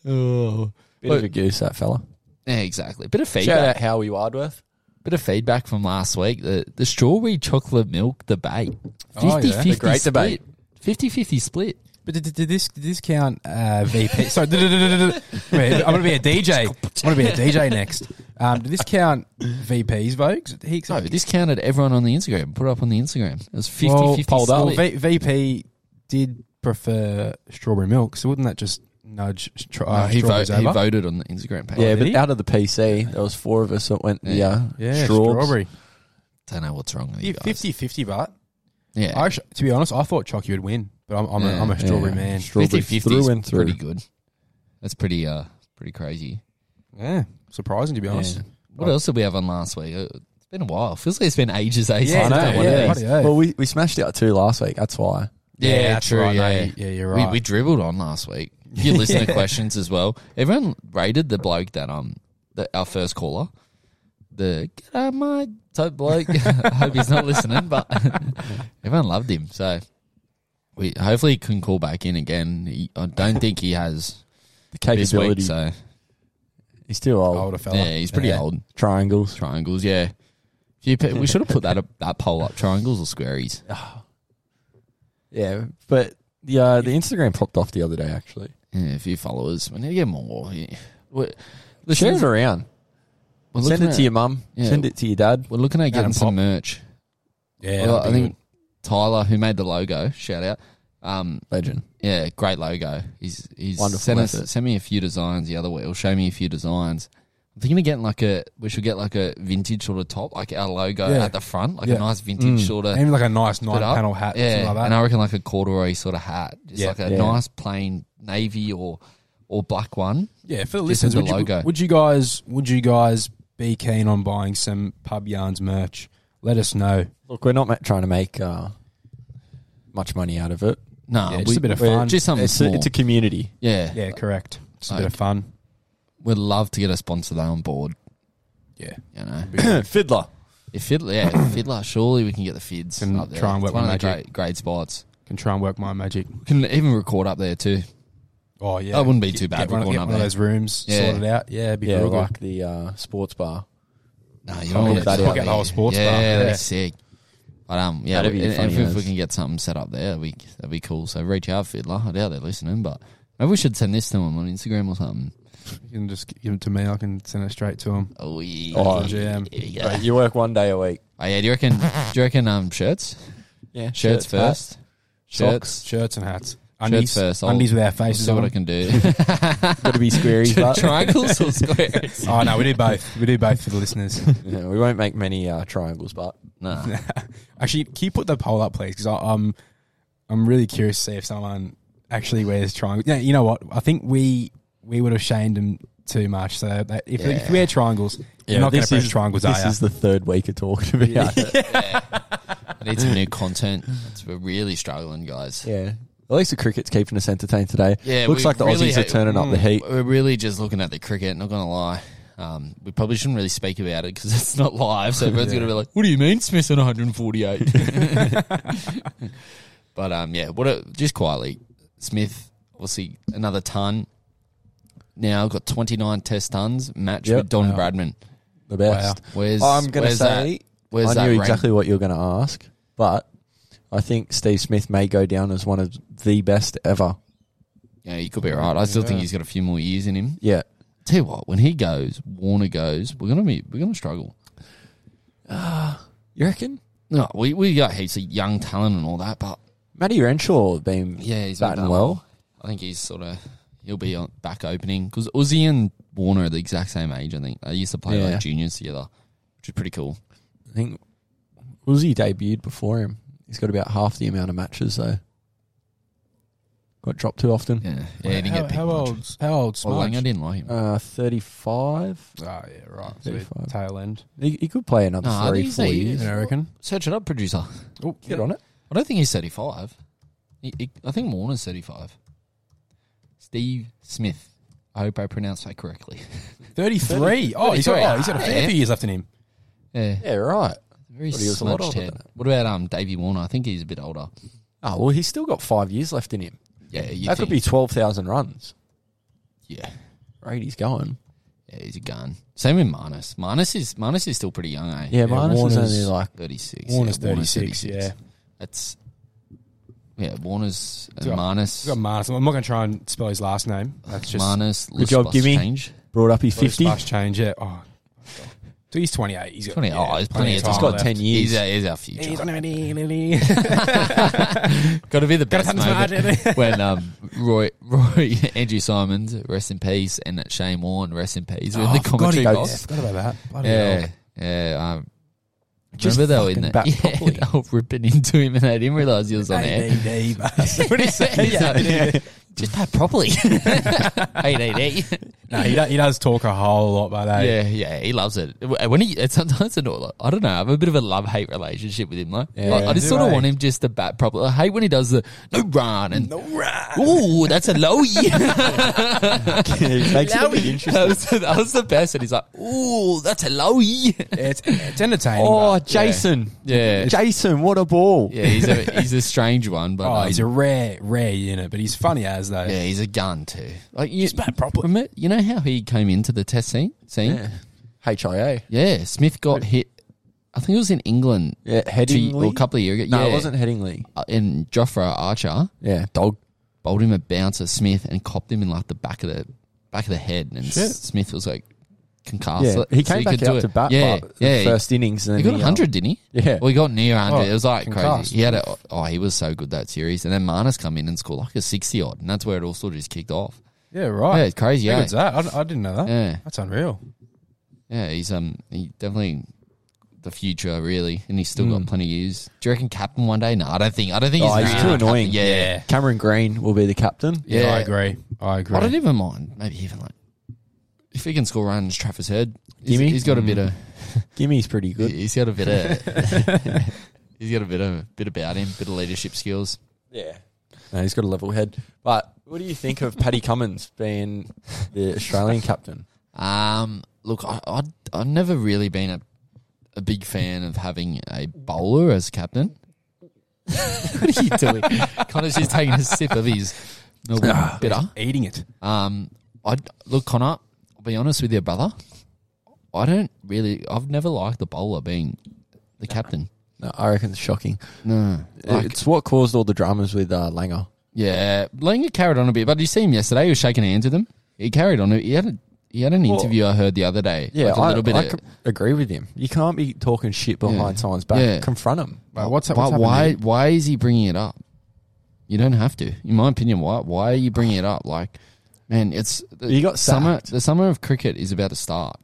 [SPEAKER 1] Oh,
[SPEAKER 3] Bit of a goose, that fella.
[SPEAKER 1] yeah, exactly. Bit of feedback.
[SPEAKER 3] Shout out Howie Wardworth.
[SPEAKER 1] bit of feedback from last week the, the strawberry chocolate milk debate 50
[SPEAKER 4] Oh, yeah. The
[SPEAKER 1] great
[SPEAKER 3] great
[SPEAKER 1] split.
[SPEAKER 3] debate.
[SPEAKER 1] 50 50 split.
[SPEAKER 4] But did, did this did this count uh, VP? Sorry, duh, duh, duh, duh, duh, duh. Wait, I'm going to be a DJ. I'm going to be a DJ next. Um, did this count VP's votes? He
[SPEAKER 1] No, this counted everyone on the Instagram. Put it up on the Instagram. It was 50
[SPEAKER 4] well,
[SPEAKER 1] 50
[SPEAKER 4] polled
[SPEAKER 1] split.
[SPEAKER 4] up. Well, v- VP did prefer strawberry milk, so wouldn't that just nudge stra-
[SPEAKER 1] No,
[SPEAKER 4] uh,
[SPEAKER 1] he,
[SPEAKER 4] strawberries
[SPEAKER 1] vo- he
[SPEAKER 4] over?
[SPEAKER 1] voted on the Instagram page.
[SPEAKER 3] Yeah,
[SPEAKER 4] did
[SPEAKER 3] but
[SPEAKER 4] he?
[SPEAKER 3] out of the PC, there was four of us that went the uh,
[SPEAKER 4] yeah,
[SPEAKER 3] straws.
[SPEAKER 4] strawberry.
[SPEAKER 1] Don't know what's wrong with you
[SPEAKER 4] Yeah,
[SPEAKER 1] guys.
[SPEAKER 4] 50-50, but
[SPEAKER 1] yeah.
[SPEAKER 4] I actu- to be honest, I thought Chucky would win, but I'm, I'm, a,
[SPEAKER 1] Yeah,
[SPEAKER 4] I'm a strawberry
[SPEAKER 3] yeah.
[SPEAKER 4] man.
[SPEAKER 3] Strawberry
[SPEAKER 1] 50-50 is
[SPEAKER 3] through and through.
[SPEAKER 1] Pretty good. That's pretty uh pretty crazy.
[SPEAKER 4] Yeah, surprising to be honest.
[SPEAKER 3] Yeah.
[SPEAKER 1] What else did we have on last week? Uh, It's been a while. Feels like it's been ages, ages.
[SPEAKER 4] Yeah,
[SPEAKER 1] since
[SPEAKER 4] I
[SPEAKER 1] we've
[SPEAKER 4] know,
[SPEAKER 1] done one
[SPEAKER 4] yeah.
[SPEAKER 1] of
[SPEAKER 4] Bloody
[SPEAKER 1] these.
[SPEAKER 4] hell.
[SPEAKER 3] Well, we, we smashed out two last week. That's why.
[SPEAKER 1] Yeah,
[SPEAKER 4] that's
[SPEAKER 1] true.
[SPEAKER 4] right, no,
[SPEAKER 1] yeah.
[SPEAKER 4] you- yeah, you're right.
[SPEAKER 1] We, we dribbled on last week. Your listener questions as well. Everyone rated the bloke that um the, our first caller, the get out of my type bloke. I hope he's not listening, but everyone loved him. So we hopefully he can call back in again. He, I don't think he has
[SPEAKER 3] The
[SPEAKER 1] this week.
[SPEAKER 3] capability. Oh,
[SPEAKER 1] So
[SPEAKER 3] He's too old.
[SPEAKER 4] Older fella.
[SPEAKER 1] yeah, he's pretty
[SPEAKER 4] Yeah.
[SPEAKER 1] old.
[SPEAKER 3] Triangles.
[SPEAKER 1] Triangles, yeah. Few pe- we should have put that up, that poll up. Triangles or squaries?
[SPEAKER 3] Yeah, but the uh, the Instagram popped off the other day. Actually,
[SPEAKER 1] Yeah, a few followers. We need to get more. Yeah. We're,
[SPEAKER 3] share it around.
[SPEAKER 1] we're
[SPEAKER 3] Send
[SPEAKER 1] looking
[SPEAKER 3] it
[SPEAKER 1] at-
[SPEAKER 3] to your mum.
[SPEAKER 1] Yeah.
[SPEAKER 3] Send it to your dad.
[SPEAKER 1] We're looking at getting
[SPEAKER 4] and
[SPEAKER 1] some
[SPEAKER 4] pop.
[SPEAKER 1] merch.
[SPEAKER 4] Yeah,
[SPEAKER 1] Well, I
[SPEAKER 4] that'd be
[SPEAKER 1] think Tyler, who made the logo, shout out. Um,
[SPEAKER 3] Legend.
[SPEAKER 1] yeah, great logo. He's he's
[SPEAKER 3] Wonderful
[SPEAKER 1] sent us
[SPEAKER 3] effort.
[SPEAKER 1] sent me a few designs the other way. He'll show me a few designs. I'm thinking of getting like a we should get like a vintage sort of top, like our logo
[SPEAKER 4] Yeah.
[SPEAKER 1] at the front, like a
[SPEAKER 4] Yeah.
[SPEAKER 1] nice vintage sort
[SPEAKER 4] good.
[SPEAKER 1] of
[SPEAKER 4] Even like a nice nine
[SPEAKER 1] uh, put up.
[SPEAKER 4] panel hat,
[SPEAKER 1] Yeah,
[SPEAKER 4] yeah, like that.
[SPEAKER 1] and I reckon like a corduroy sort of hat, just
[SPEAKER 4] Yeah.
[SPEAKER 1] like a
[SPEAKER 3] Yeah.
[SPEAKER 1] nice plain navy or or black one.
[SPEAKER 4] yeah, for the
[SPEAKER 1] Just as
[SPEAKER 4] listeners,
[SPEAKER 1] a
[SPEAKER 4] would you,
[SPEAKER 1] logo.
[SPEAKER 4] would you guys would you guys be keen on buying some Pub Yarns merch? Let us know.
[SPEAKER 3] Look, we're not ma- trying to make uh, much money out of it.
[SPEAKER 1] No,
[SPEAKER 4] Yeah, just
[SPEAKER 1] we,
[SPEAKER 4] a bit of
[SPEAKER 1] we're-
[SPEAKER 4] fun.
[SPEAKER 1] just something
[SPEAKER 3] It's
[SPEAKER 1] small.
[SPEAKER 3] a, it's a community.
[SPEAKER 1] yeah,
[SPEAKER 4] Yeah, correct. It's a
[SPEAKER 1] Like-
[SPEAKER 4] bit of fun.
[SPEAKER 1] we'd love to get a sponsor though on board.
[SPEAKER 4] Yeah,
[SPEAKER 1] You know,
[SPEAKER 3] Fiddler.
[SPEAKER 1] If Fiddler, yeah, Fiddler. Surely we can get the Fids
[SPEAKER 4] Can
[SPEAKER 1] up there.
[SPEAKER 4] try and
[SPEAKER 1] It's
[SPEAKER 4] work
[SPEAKER 1] one
[SPEAKER 4] my
[SPEAKER 1] of the great,
[SPEAKER 4] magic.
[SPEAKER 1] great spots.
[SPEAKER 4] can try and work my magic.
[SPEAKER 1] We can even record up there too.
[SPEAKER 4] Oh yeah,
[SPEAKER 1] That wouldn't be too bad.
[SPEAKER 4] Get one,
[SPEAKER 1] We're going
[SPEAKER 4] get
[SPEAKER 1] up
[SPEAKER 4] one of
[SPEAKER 1] there.
[SPEAKER 4] those rooms,
[SPEAKER 1] Yeah.
[SPEAKER 4] sort it out. Yeah, it'd be
[SPEAKER 3] Yeah,
[SPEAKER 4] real good.
[SPEAKER 3] like the uh, sports bar.
[SPEAKER 1] No, you
[SPEAKER 3] Can't
[SPEAKER 1] don't
[SPEAKER 3] get that out
[SPEAKER 4] there. Sports
[SPEAKER 1] yeah,
[SPEAKER 4] bar,
[SPEAKER 1] Yeah, that'd
[SPEAKER 4] yeah.
[SPEAKER 1] be sick. But um, yeah,
[SPEAKER 3] That'd
[SPEAKER 1] we-
[SPEAKER 3] be
[SPEAKER 1] and, and
[SPEAKER 3] funny
[SPEAKER 1] if we
[SPEAKER 3] as-
[SPEAKER 1] can get something set up there, we that'd be cool. So reach out, Fiddler. I doubt they're listening, but maybe we should send this to them on Instagram or something.
[SPEAKER 4] You can just give them to me. I can send it straight to them.
[SPEAKER 1] Oh yeah,
[SPEAKER 3] Oh,
[SPEAKER 4] jam.
[SPEAKER 1] yeah.
[SPEAKER 3] Right, you work one day a week.
[SPEAKER 1] Oh, yeah. Do you reckon? Do you reckon um shirts?
[SPEAKER 3] Yeah,
[SPEAKER 1] Shirts, first.
[SPEAKER 4] Socks,
[SPEAKER 1] Shirts.
[SPEAKER 4] shirts, and hats. Undies,
[SPEAKER 1] first. I'll-
[SPEAKER 4] undies with our
[SPEAKER 1] I'll
[SPEAKER 4] faces
[SPEAKER 1] see what
[SPEAKER 4] on.
[SPEAKER 1] I can do.
[SPEAKER 3] Got to be squaries, but
[SPEAKER 1] Triangles or squares?
[SPEAKER 4] Oh no, we do both. We do both for the listeners.
[SPEAKER 3] Yeah, we won't make many uh, triangles. But
[SPEAKER 1] Nah.
[SPEAKER 4] Actually, can you put the poll up, please? Because I'm I'm really curious to see if someone actually wears triangles. Yeah, you know what? I think we we would have shamed him too much. So that if, if
[SPEAKER 1] Yeah.
[SPEAKER 4] you wear triangles, you're not going to
[SPEAKER 3] this
[SPEAKER 4] press
[SPEAKER 3] is-
[SPEAKER 4] triangles,
[SPEAKER 3] This
[SPEAKER 4] are ya?
[SPEAKER 3] is the third week of talking about it.
[SPEAKER 1] I need some new content. It's, we're really struggling, guys.
[SPEAKER 3] Yeah. At least the cricket's keeping us entertained today.
[SPEAKER 1] Yeah,
[SPEAKER 3] Looks
[SPEAKER 1] we
[SPEAKER 3] like the
[SPEAKER 1] really
[SPEAKER 3] Aussies
[SPEAKER 1] ha-
[SPEAKER 3] are turning up the heat.
[SPEAKER 1] We're really just looking at the cricket. Not gonna lie, um, we probably shouldn't really speak about it because it's not live. So everyone's gonna be like, "What do you mean Smith's on 148?" but um, yeah, what? A, just quietly, Smith. We'll see another ton. Now got 29 test tons matched
[SPEAKER 3] Yep.
[SPEAKER 1] with Don
[SPEAKER 4] Wow.
[SPEAKER 1] Bradman.
[SPEAKER 3] The best.
[SPEAKER 1] Where's
[SPEAKER 3] I'm going to
[SPEAKER 1] where's that-
[SPEAKER 3] say,
[SPEAKER 1] where's
[SPEAKER 3] I
[SPEAKER 1] that
[SPEAKER 3] knew
[SPEAKER 1] rank?
[SPEAKER 3] exactly what you were going to ask, but I think Steve Smith may go down as one of the best ever.
[SPEAKER 1] Yeah, you could be right. I still think
[SPEAKER 4] Yeah.
[SPEAKER 1] he's got a few more years in him.
[SPEAKER 3] Yeah.
[SPEAKER 1] Tell you what, when he goes, Warner goes, we're gonna be we're gonna struggle.
[SPEAKER 3] You reckon?
[SPEAKER 1] No, we we got heaps of young talent and all that, but
[SPEAKER 3] Matty Renshaw been
[SPEAKER 1] yeah, he's
[SPEAKER 3] batting well.
[SPEAKER 1] I think he's sort of he'll be on back opening because Uzi and Warner are the exact same age. I think they used to play
[SPEAKER 3] Yeah.
[SPEAKER 1] like juniors together, which is pretty cool.
[SPEAKER 3] I think Uzi debuted before him. He's got about half the amount of matches, though. Got dropped too often.
[SPEAKER 1] Yeah, yeah. he didn't
[SPEAKER 4] how,
[SPEAKER 1] get picked
[SPEAKER 4] how
[SPEAKER 1] much.
[SPEAKER 4] old's how old's
[SPEAKER 1] Well,
[SPEAKER 4] Smudge?
[SPEAKER 1] Langer didn't like him.
[SPEAKER 3] Uh, 35.
[SPEAKER 4] oh yeah, right. So
[SPEAKER 3] Thirty five.
[SPEAKER 4] tail end.
[SPEAKER 3] He, he could play another
[SPEAKER 1] Nah, I
[SPEAKER 3] three,
[SPEAKER 1] think
[SPEAKER 3] four
[SPEAKER 1] so, he
[SPEAKER 3] years.
[SPEAKER 1] is.
[SPEAKER 4] I reckon.
[SPEAKER 1] Search it up, producer.
[SPEAKER 4] Oh,
[SPEAKER 3] Get on it.
[SPEAKER 1] I don't think he's thirty-five. He, he, I think Warner's thirty-five. Steve Smith. I hope I pronounced that correctly.
[SPEAKER 4] Thirty-three. Oh, he's got,
[SPEAKER 1] 33.
[SPEAKER 4] oh, he's got a fair
[SPEAKER 1] Yeah.
[SPEAKER 4] few years left in him.
[SPEAKER 1] Yeah.
[SPEAKER 3] Yeah, right.
[SPEAKER 1] Very
[SPEAKER 3] Thought he was a lot
[SPEAKER 1] smudged
[SPEAKER 3] older
[SPEAKER 1] head.
[SPEAKER 3] than
[SPEAKER 1] What about um Davey Warner? I think he's a bit older.
[SPEAKER 3] Oh, well, he's still got five years left in him.
[SPEAKER 1] Yeah, you
[SPEAKER 3] that could be
[SPEAKER 1] think-
[SPEAKER 3] 12,000 runs.
[SPEAKER 1] Yeah,
[SPEAKER 3] Right, he's going.
[SPEAKER 1] yeah, he's a gun. Same with Marnus. Marnus is Marnus is still pretty young, eh?
[SPEAKER 3] Yeah, Marnus
[SPEAKER 4] Warner's-
[SPEAKER 3] is only like,
[SPEAKER 1] thirty-six.
[SPEAKER 4] Warner's
[SPEAKER 1] yeah,
[SPEAKER 4] 36, yeah.
[SPEAKER 1] that's yeah. Warner's and
[SPEAKER 4] got-
[SPEAKER 1] Marnus.
[SPEAKER 4] He's got Marnus. I'm not going to try and spell his last name. That's just
[SPEAKER 1] Marnus.
[SPEAKER 3] Good job, Gimme.
[SPEAKER 1] Change.
[SPEAKER 3] brought up his
[SPEAKER 4] What a
[SPEAKER 3] 50.
[SPEAKER 4] splash change. Yeah. Oh. So he's 28. He's got
[SPEAKER 1] 20,
[SPEAKER 4] yeah,
[SPEAKER 1] oh, there's plenty of time.
[SPEAKER 3] He's got
[SPEAKER 1] left.
[SPEAKER 3] 10 years.
[SPEAKER 1] He's our, he's our future.
[SPEAKER 4] He's
[SPEAKER 1] got to be the best
[SPEAKER 4] Gotta touch his
[SPEAKER 1] moment when um, Roy, Roy, Andrew Simons, rest in peace, and Shane Warne, rest in
[SPEAKER 3] Oh,
[SPEAKER 1] peace. in the commentary box.
[SPEAKER 4] Forgot about that. Bloody
[SPEAKER 1] Yeah,
[SPEAKER 4] hell.
[SPEAKER 1] yeah. Um,
[SPEAKER 3] Just
[SPEAKER 1] remember though, in
[SPEAKER 3] fucking
[SPEAKER 1] that,
[SPEAKER 3] bat
[SPEAKER 1] yeah,
[SPEAKER 3] properly.
[SPEAKER 1] they were ripping into him, and I didn't realize he was on air.
[SPEAKER 4] ADD, mate.
[SPEAKER 1] Pretty sad. Just bat properly. hey, hey, hey.
[SPEAKER 4] no, he, do, he does talk a whole lot, but eh?
[SPEAKER 1] Yeah, yeah, he loves it. When he it's sometimes annoying, like, I don't know, I have a bit of a love hate relationship with him. Like, Like, I just
[SPEAKER 4] do
[SPEAKER 1] sort of
[SPEAKER 4] I?
[SPEAKER 1] want him just to bat properly. I hate when he does the no run and
[SPEAKER 4] No, right.
[SPEAKER 1] ooh, that's a lowie.
[SPEAKER 3] He makes it look
[SPEAKER 1] that, was, that was the best. And he's like, ooh, that's a lowie.
[SPEAKER 4] It's, it's entertaining.
[SPEAKER 3] Oh,
[SPEAKER 4] Oh,
[SPEAKER 3] Jason.
[SPEAKER 1] Yeah,
[SPEAKER 3] Jason, what a ball.
[SPEAKER 1] yeah, he's a he's a strange one, but
[SPEAKER 4] oh
[SPEAKER 1] um,
[SPEAKER 4] he's a rare, rare unit, but he's funny as though.
[SPEAKER 1] Yeah, he's a gun too. Like you,
[SPEAKER 4] bad properly.
[SPEAKER 1] remember, you know how he came into the test scene? Scene? Yeah.
[SPEAKER 3] HIA.
[SPEAKER 1] Smith got hit. I think it was in England
[SPEAKER 3] Yeah,
[SPEAKER 1] two,
[SPEAKER 3] Headingley.
[SPEAKER 1] or a couple of years ago.
[SPEAKER 3] No,
[SPEAKER 1] yeah,
[SPEAKER 3] it wasn't Headingley.
[SPEAKER 1] Uh, And Jofra Archer
[SPEAKER 3] Yeah, dog.
[SPEAKER 1] bowled him a bouncer, Smith, and copped him in like the back of the back of the head, and
[SPEAKER 4] Shit.
[SPEAKER 1] Smith was like concussed.
[SPEAKER 3] Yeah,
[SPEAKER 1] So-
[SPEAKER 3] he
[SPEAKER 1] so
[SPEAKER 3] came back
[SPEAKER 1] could do
[SPEAKER 3] out
[SPEAKER 1] it.
[SPEAKER 3] to bat
[SPEAKER 1] Yeah,
[SPEAKER 3] but
[SPEAKER 1] yeah.
[SPEAKER 3] the
[SPEAKER 1] he-
[SPEAKER 3] first innings. And
[SPEAKER 1] he
[SPEAKER 3] then uh,
[SPEAKER 1] got 100, didn't he?
[SPEAKER 3] Yeah.
[SPEAKER 1] Well, he got near 100.
[SPEAKER 4] Oh,
[SPEAKER 1] it was like
[SPEAKER 4] concussed.
[SPEAKER 1] crazy. He had a, oh, he was so good that series. And then Marnus come in and scored like a 60 odd, and that's where it all sort of just kicked off.
[SPEAKER 4] Yeah,
[SPEAKER 1] Yeah,
[SPEAKER 4] right.
[SPEAKER 1] it's crazy.
[SPEAKER 4] How
[SPEAKER 1] Yeah.
[SPEAKER 4] good's that? I, I didn't know that.
[SPEAKER 1] Yeah.
[SPEAKER 4] That's unreal.
[SPEAKER 1] Yeah, he's um he definitely the future really, and he's still got plenty of years. Do you reckon captain one day? No, I don't think. I don't think
[SPEAKER 3] Hmm. Oh,
[SPEAKER 1] he's,
[SPEAKER 3] he's
[SPEAKER 1] really
[SPEAKER 3] too
[SPEAKER 1] captain.
[SPEAKER 3] annoying.
[SPEAKER 1] Yeah,
[SPEAKER 4] Yeah.
[SPEAKER 3] Cameron Green will be the captain.
[SPEAKER 1] Yeah.
[SPEAKER 4] I agree. I agree.
[SPEAKER 1] I don't even mind. Maybe even like if he can score runs, Travis Head. He's,
[SPEAKER 3] Gimme.
[SPEAKER 1] he's got a bit of.
[SPEAKER 3] Gimmy's pretty good.
[SPEAKER 1] He's got a bit of. he's got a bit of bit about him, bit of leadership skills.
[SPEAKER 3] Yeah. No, he's got a level head. But what do you think of Paddy Cummins being the Australian captain?
[SPEAKER 1] Um, look, I, I I've never really been a a big fan of having a bowler as captain. what are you doing? Connor's just taking a sip of his
[SPEAKER 3] Ah.
[SPEAKER 1] Melbourne bitter.
[SPEAKER 4] Eating it.
[SPEAKER 1] Um, I look, Connor. I'll be honest with you, brother. I don't really. I've never liked the bowler being the captain.
[SPEAKER 3] No, I reckon it's shocking.
[SPEAKER 1] No, like,
[SPEAKER 3] it's what caused all the dramas with uh, Langer.
[SPEAKER 1] yeah, Langer carried on a bit, but you see him yesterday. He was shaking hands with them. He carried on. He had a, he had an interview I heard the other day.
[SPEAKER 3] Yeah,
[SPEAKER 1] like a
[SPEAKER 3] I,
[SPEAKER 1] little bit.
[SPEAKER 3] I
[SPEAKER 1] of,
[SPEAKER 3] c- agree with him. You can't be talking shit behind
[SPEAKER 1] Yeah.
[SPEAKER 3] someone's back.
[SPEAKER 1] Yeah.
[SPEAKER 3] Confront him.
[SPEAKER 4] Well, Uh, what's up?
[SPEAKER 1] why,
[SPEAKER 4] What's happened
[SPEAKER 1] why,
[SPEAKER 4] here?
[SPEAKER 1] why is he bringing it up? You don't have to, in my opinion. Why? Why are you bringing it up? Like, man, it's the
[SPEAKER 3] He got
[SPEAKER 1] summer.
[SPEAKER 3] sacked.
[SPEAKER 1] The summer of cricket is about to start.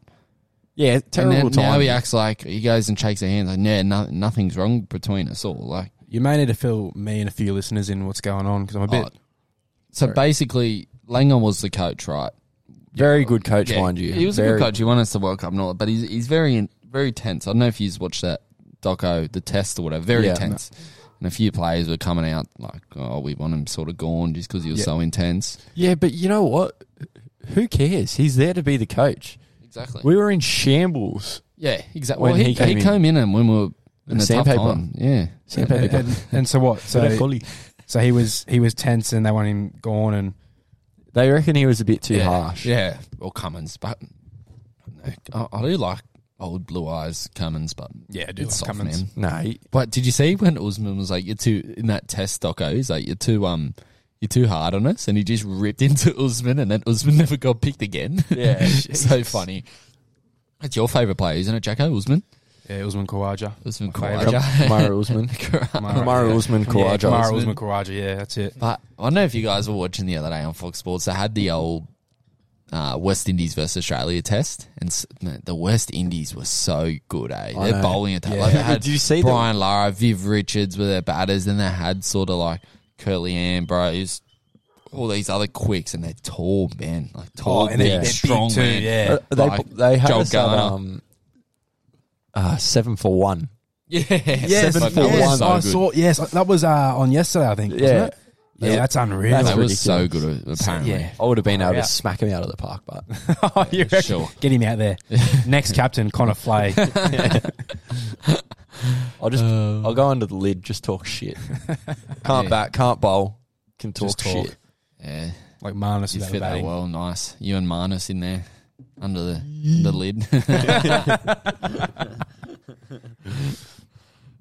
[SPEAKER 3] Yeah,
[SPEAKER 1] And
[SPEAKER 3] terrible
[SPEAKER 1] then now
[SPEAKER 3] time.
[SPEAKER 1] he acts like he goes and shakes their hands. Like, yeah, no, nothing's wrong between us all. Like,
[SPEAKER 4] You may need to fill me and a few listeners in what's going on because I'm a bit.
[SPEAKER 1] oh, So
[SPEAKER 3] Sorry.
[SPEAKER 1] basically, Langham was the coach, right?
[SPEAKER 3] Very good coach,
[SPEAKER 1] Yeah,
[SPEAKER 3] mind you.
[SPEAKER 1] He was a
[SPEAKER 3] Very-
[SPEAKER 1] good coach. He won us the World Cup and all that, but he's he's very in- very tense. I don't know if you've watched that doco, the test or whatever. Very
[SPEAKER 3] Yeah.
[SPEAKER 1] tense. And a few players were coming out like, "Oh, we want him sort of gone just because he was
[SPEAKER 3] Yeah.
[SPEAKER 1] so intense."
[SPEAKER 3] Yeah, but you know what? Who cares? He's there to be the coach.
[SPEAKER 1] Exactly.
[SPEAKER 3] We were in shambles.
[SPEAKER 1] yeah, exactly.
[SPEAKER 3] When
[SPEAKER 1] Well, he, he,
[SPEAKER 3] he
[SPEAKER 1] came,
[SPEAKER 3] came in.
[SPEAKER 1] in. and when we were
[SPEAKER 3] The
[SPEAKER 1] in a tough
[SPEAKER 3] sandpaper.
[SPEAKER 1] time. Yeah,
[SPEAKER 3] Sandpaper
[SPEAKER 4] And, and, and so what? So,
[SPEAKER 3] Collie.
[SPEAKER 4] so he was he was tense, and they want him gone, and
[SPEAKER 3] They reckon he was a bit too
[SPEAKER 1] yeah.
[SPEAKER 3] harsh.
[SPEAKER 1] Yeah, well, Cummins, but no, I, I do like old blue eyes Cummins, but
[SPEAKER 4] yeah, I
[SPEAKER 1] it's soft man.
[SPEAKER 3] No, he-
[SPEAKER 1] But did you see when Usman was like, "You're too in that test doco"? He's like, "You're too um, you're too hard on us," and he just ripped into Usman, and then Usman never got picked again.
[SPEAKER 3] Yeah.
[SPEAKER 1] so funny. That's your favorite player, isn't it, Jacko Usman?
[SPEAKER 4] Yeah, Usman Khawaja.
[SPEAKER 1] Usman
[SPEAKER 4] My
[SPEAKER 1] Khawaja.
[SPEAKER 3] Kamara Usman. Kamara Usman,
[SPEAKER 4] Yeah,
[SPEAKER 3] Kawaja.
[SPEAKER 4] Kamara
[SPEAKER 1] Usman.
[SPEAKER 4] Usman Khawaja. Yeah, that's it.
[SPEAKER 1] But I don't know if you guys were watching the other day on Fox Sports. They had the old uh, West Indies versus Australia test, and s- man, the West Indies were so good. Eh,
[SPEAKER 3] I
[SPEAKER 1] their
[SPEAKER 3] know.
[SPEAKER 1] bowling attack.
[SPEAKER 3] Yeah.
[SPEAKER 1] Like they had
[SPEAKER 3] Did you see them?
[SPEAKER 1] Brian Lara, Viv Richards were their batters, and they had sort of like Curly Ambrose, all these other quicks, and they're tall men, like tall,
[SPEAKER 4] Oh, and they-
[SPEAKER 1] big,
[SPEAKER 4] they're big
[SPEAKER 1] strong
[SPEAKER 4] too,
[SPEAKER 1] men.
[SPEAKER 4] yeah.
[SPEAKER 3] Uh, they
[SPEAKER 1] Like
[SPEAKER 3] they had
[SPEAKER 1] Joel
[SPEAKER 3] us at,
[SPEAKER 1] Garner.
[SPEAKER 3] um, uh, seven for one.
[SPEAKER 1] Yeah,
[SPEAKER 3] Yes,
[SPEAKER 1] seven
[SPEAKER 3] for
[SPEAKER 1] for
[SPEAKER 3] yes,
[SPEAKER 1] one. So
[SPEAKER 4] I
[SPEAKER 1] good.
[SPEAKER 4] saw. Yes, that was uh, on yesterday. I think.
[SPEAKER 3] Yeah.
[SPEAKER 4] Wasn't it? Yeah,
[SPEAKER 3] Yeah.
[SPEAKER 4] that's unreal.
[SPEAKER 1] That
[SPEAKER 3] That's
[SPEAKER 1] was so
[SPEAKER 3] ridiculous.
[SPEAKER 1] good, apparently.
[SPEAKER 4] yeah.
[SPEAKER 3] I would have been able
[SPEAKER 4] yeah.
[SPEAKER 3] to smack him out of the park, but
[SPEAKER 4] Oh, you reckon?
[SPEAKER 1] sure.
[SPEAKER 4] Get him out there. Next captain, Connor Flay.
[SPEAKER 3] I'll just I'll go under the lid, just talk shit. can't
[SPEAKER 1] Uh. Yeah.
[SPEAKER 3] bat, can't bowl, can talk
[SPEAKER 4] Just talk.
[SPEAKER 3] shit.
[SPEAKER 1] Yeah.
[SPEAKER 4] like Marnus
[SPEAKER 1] You
[SPEAKER 4] without
[SPEAKER 1] fit
[SPEAKER 4] the
[SPEAKER 1] that
[SPEAKER 4] batting.
[SPEAKER 1] well, nice. You and Marnus in there under the the lid.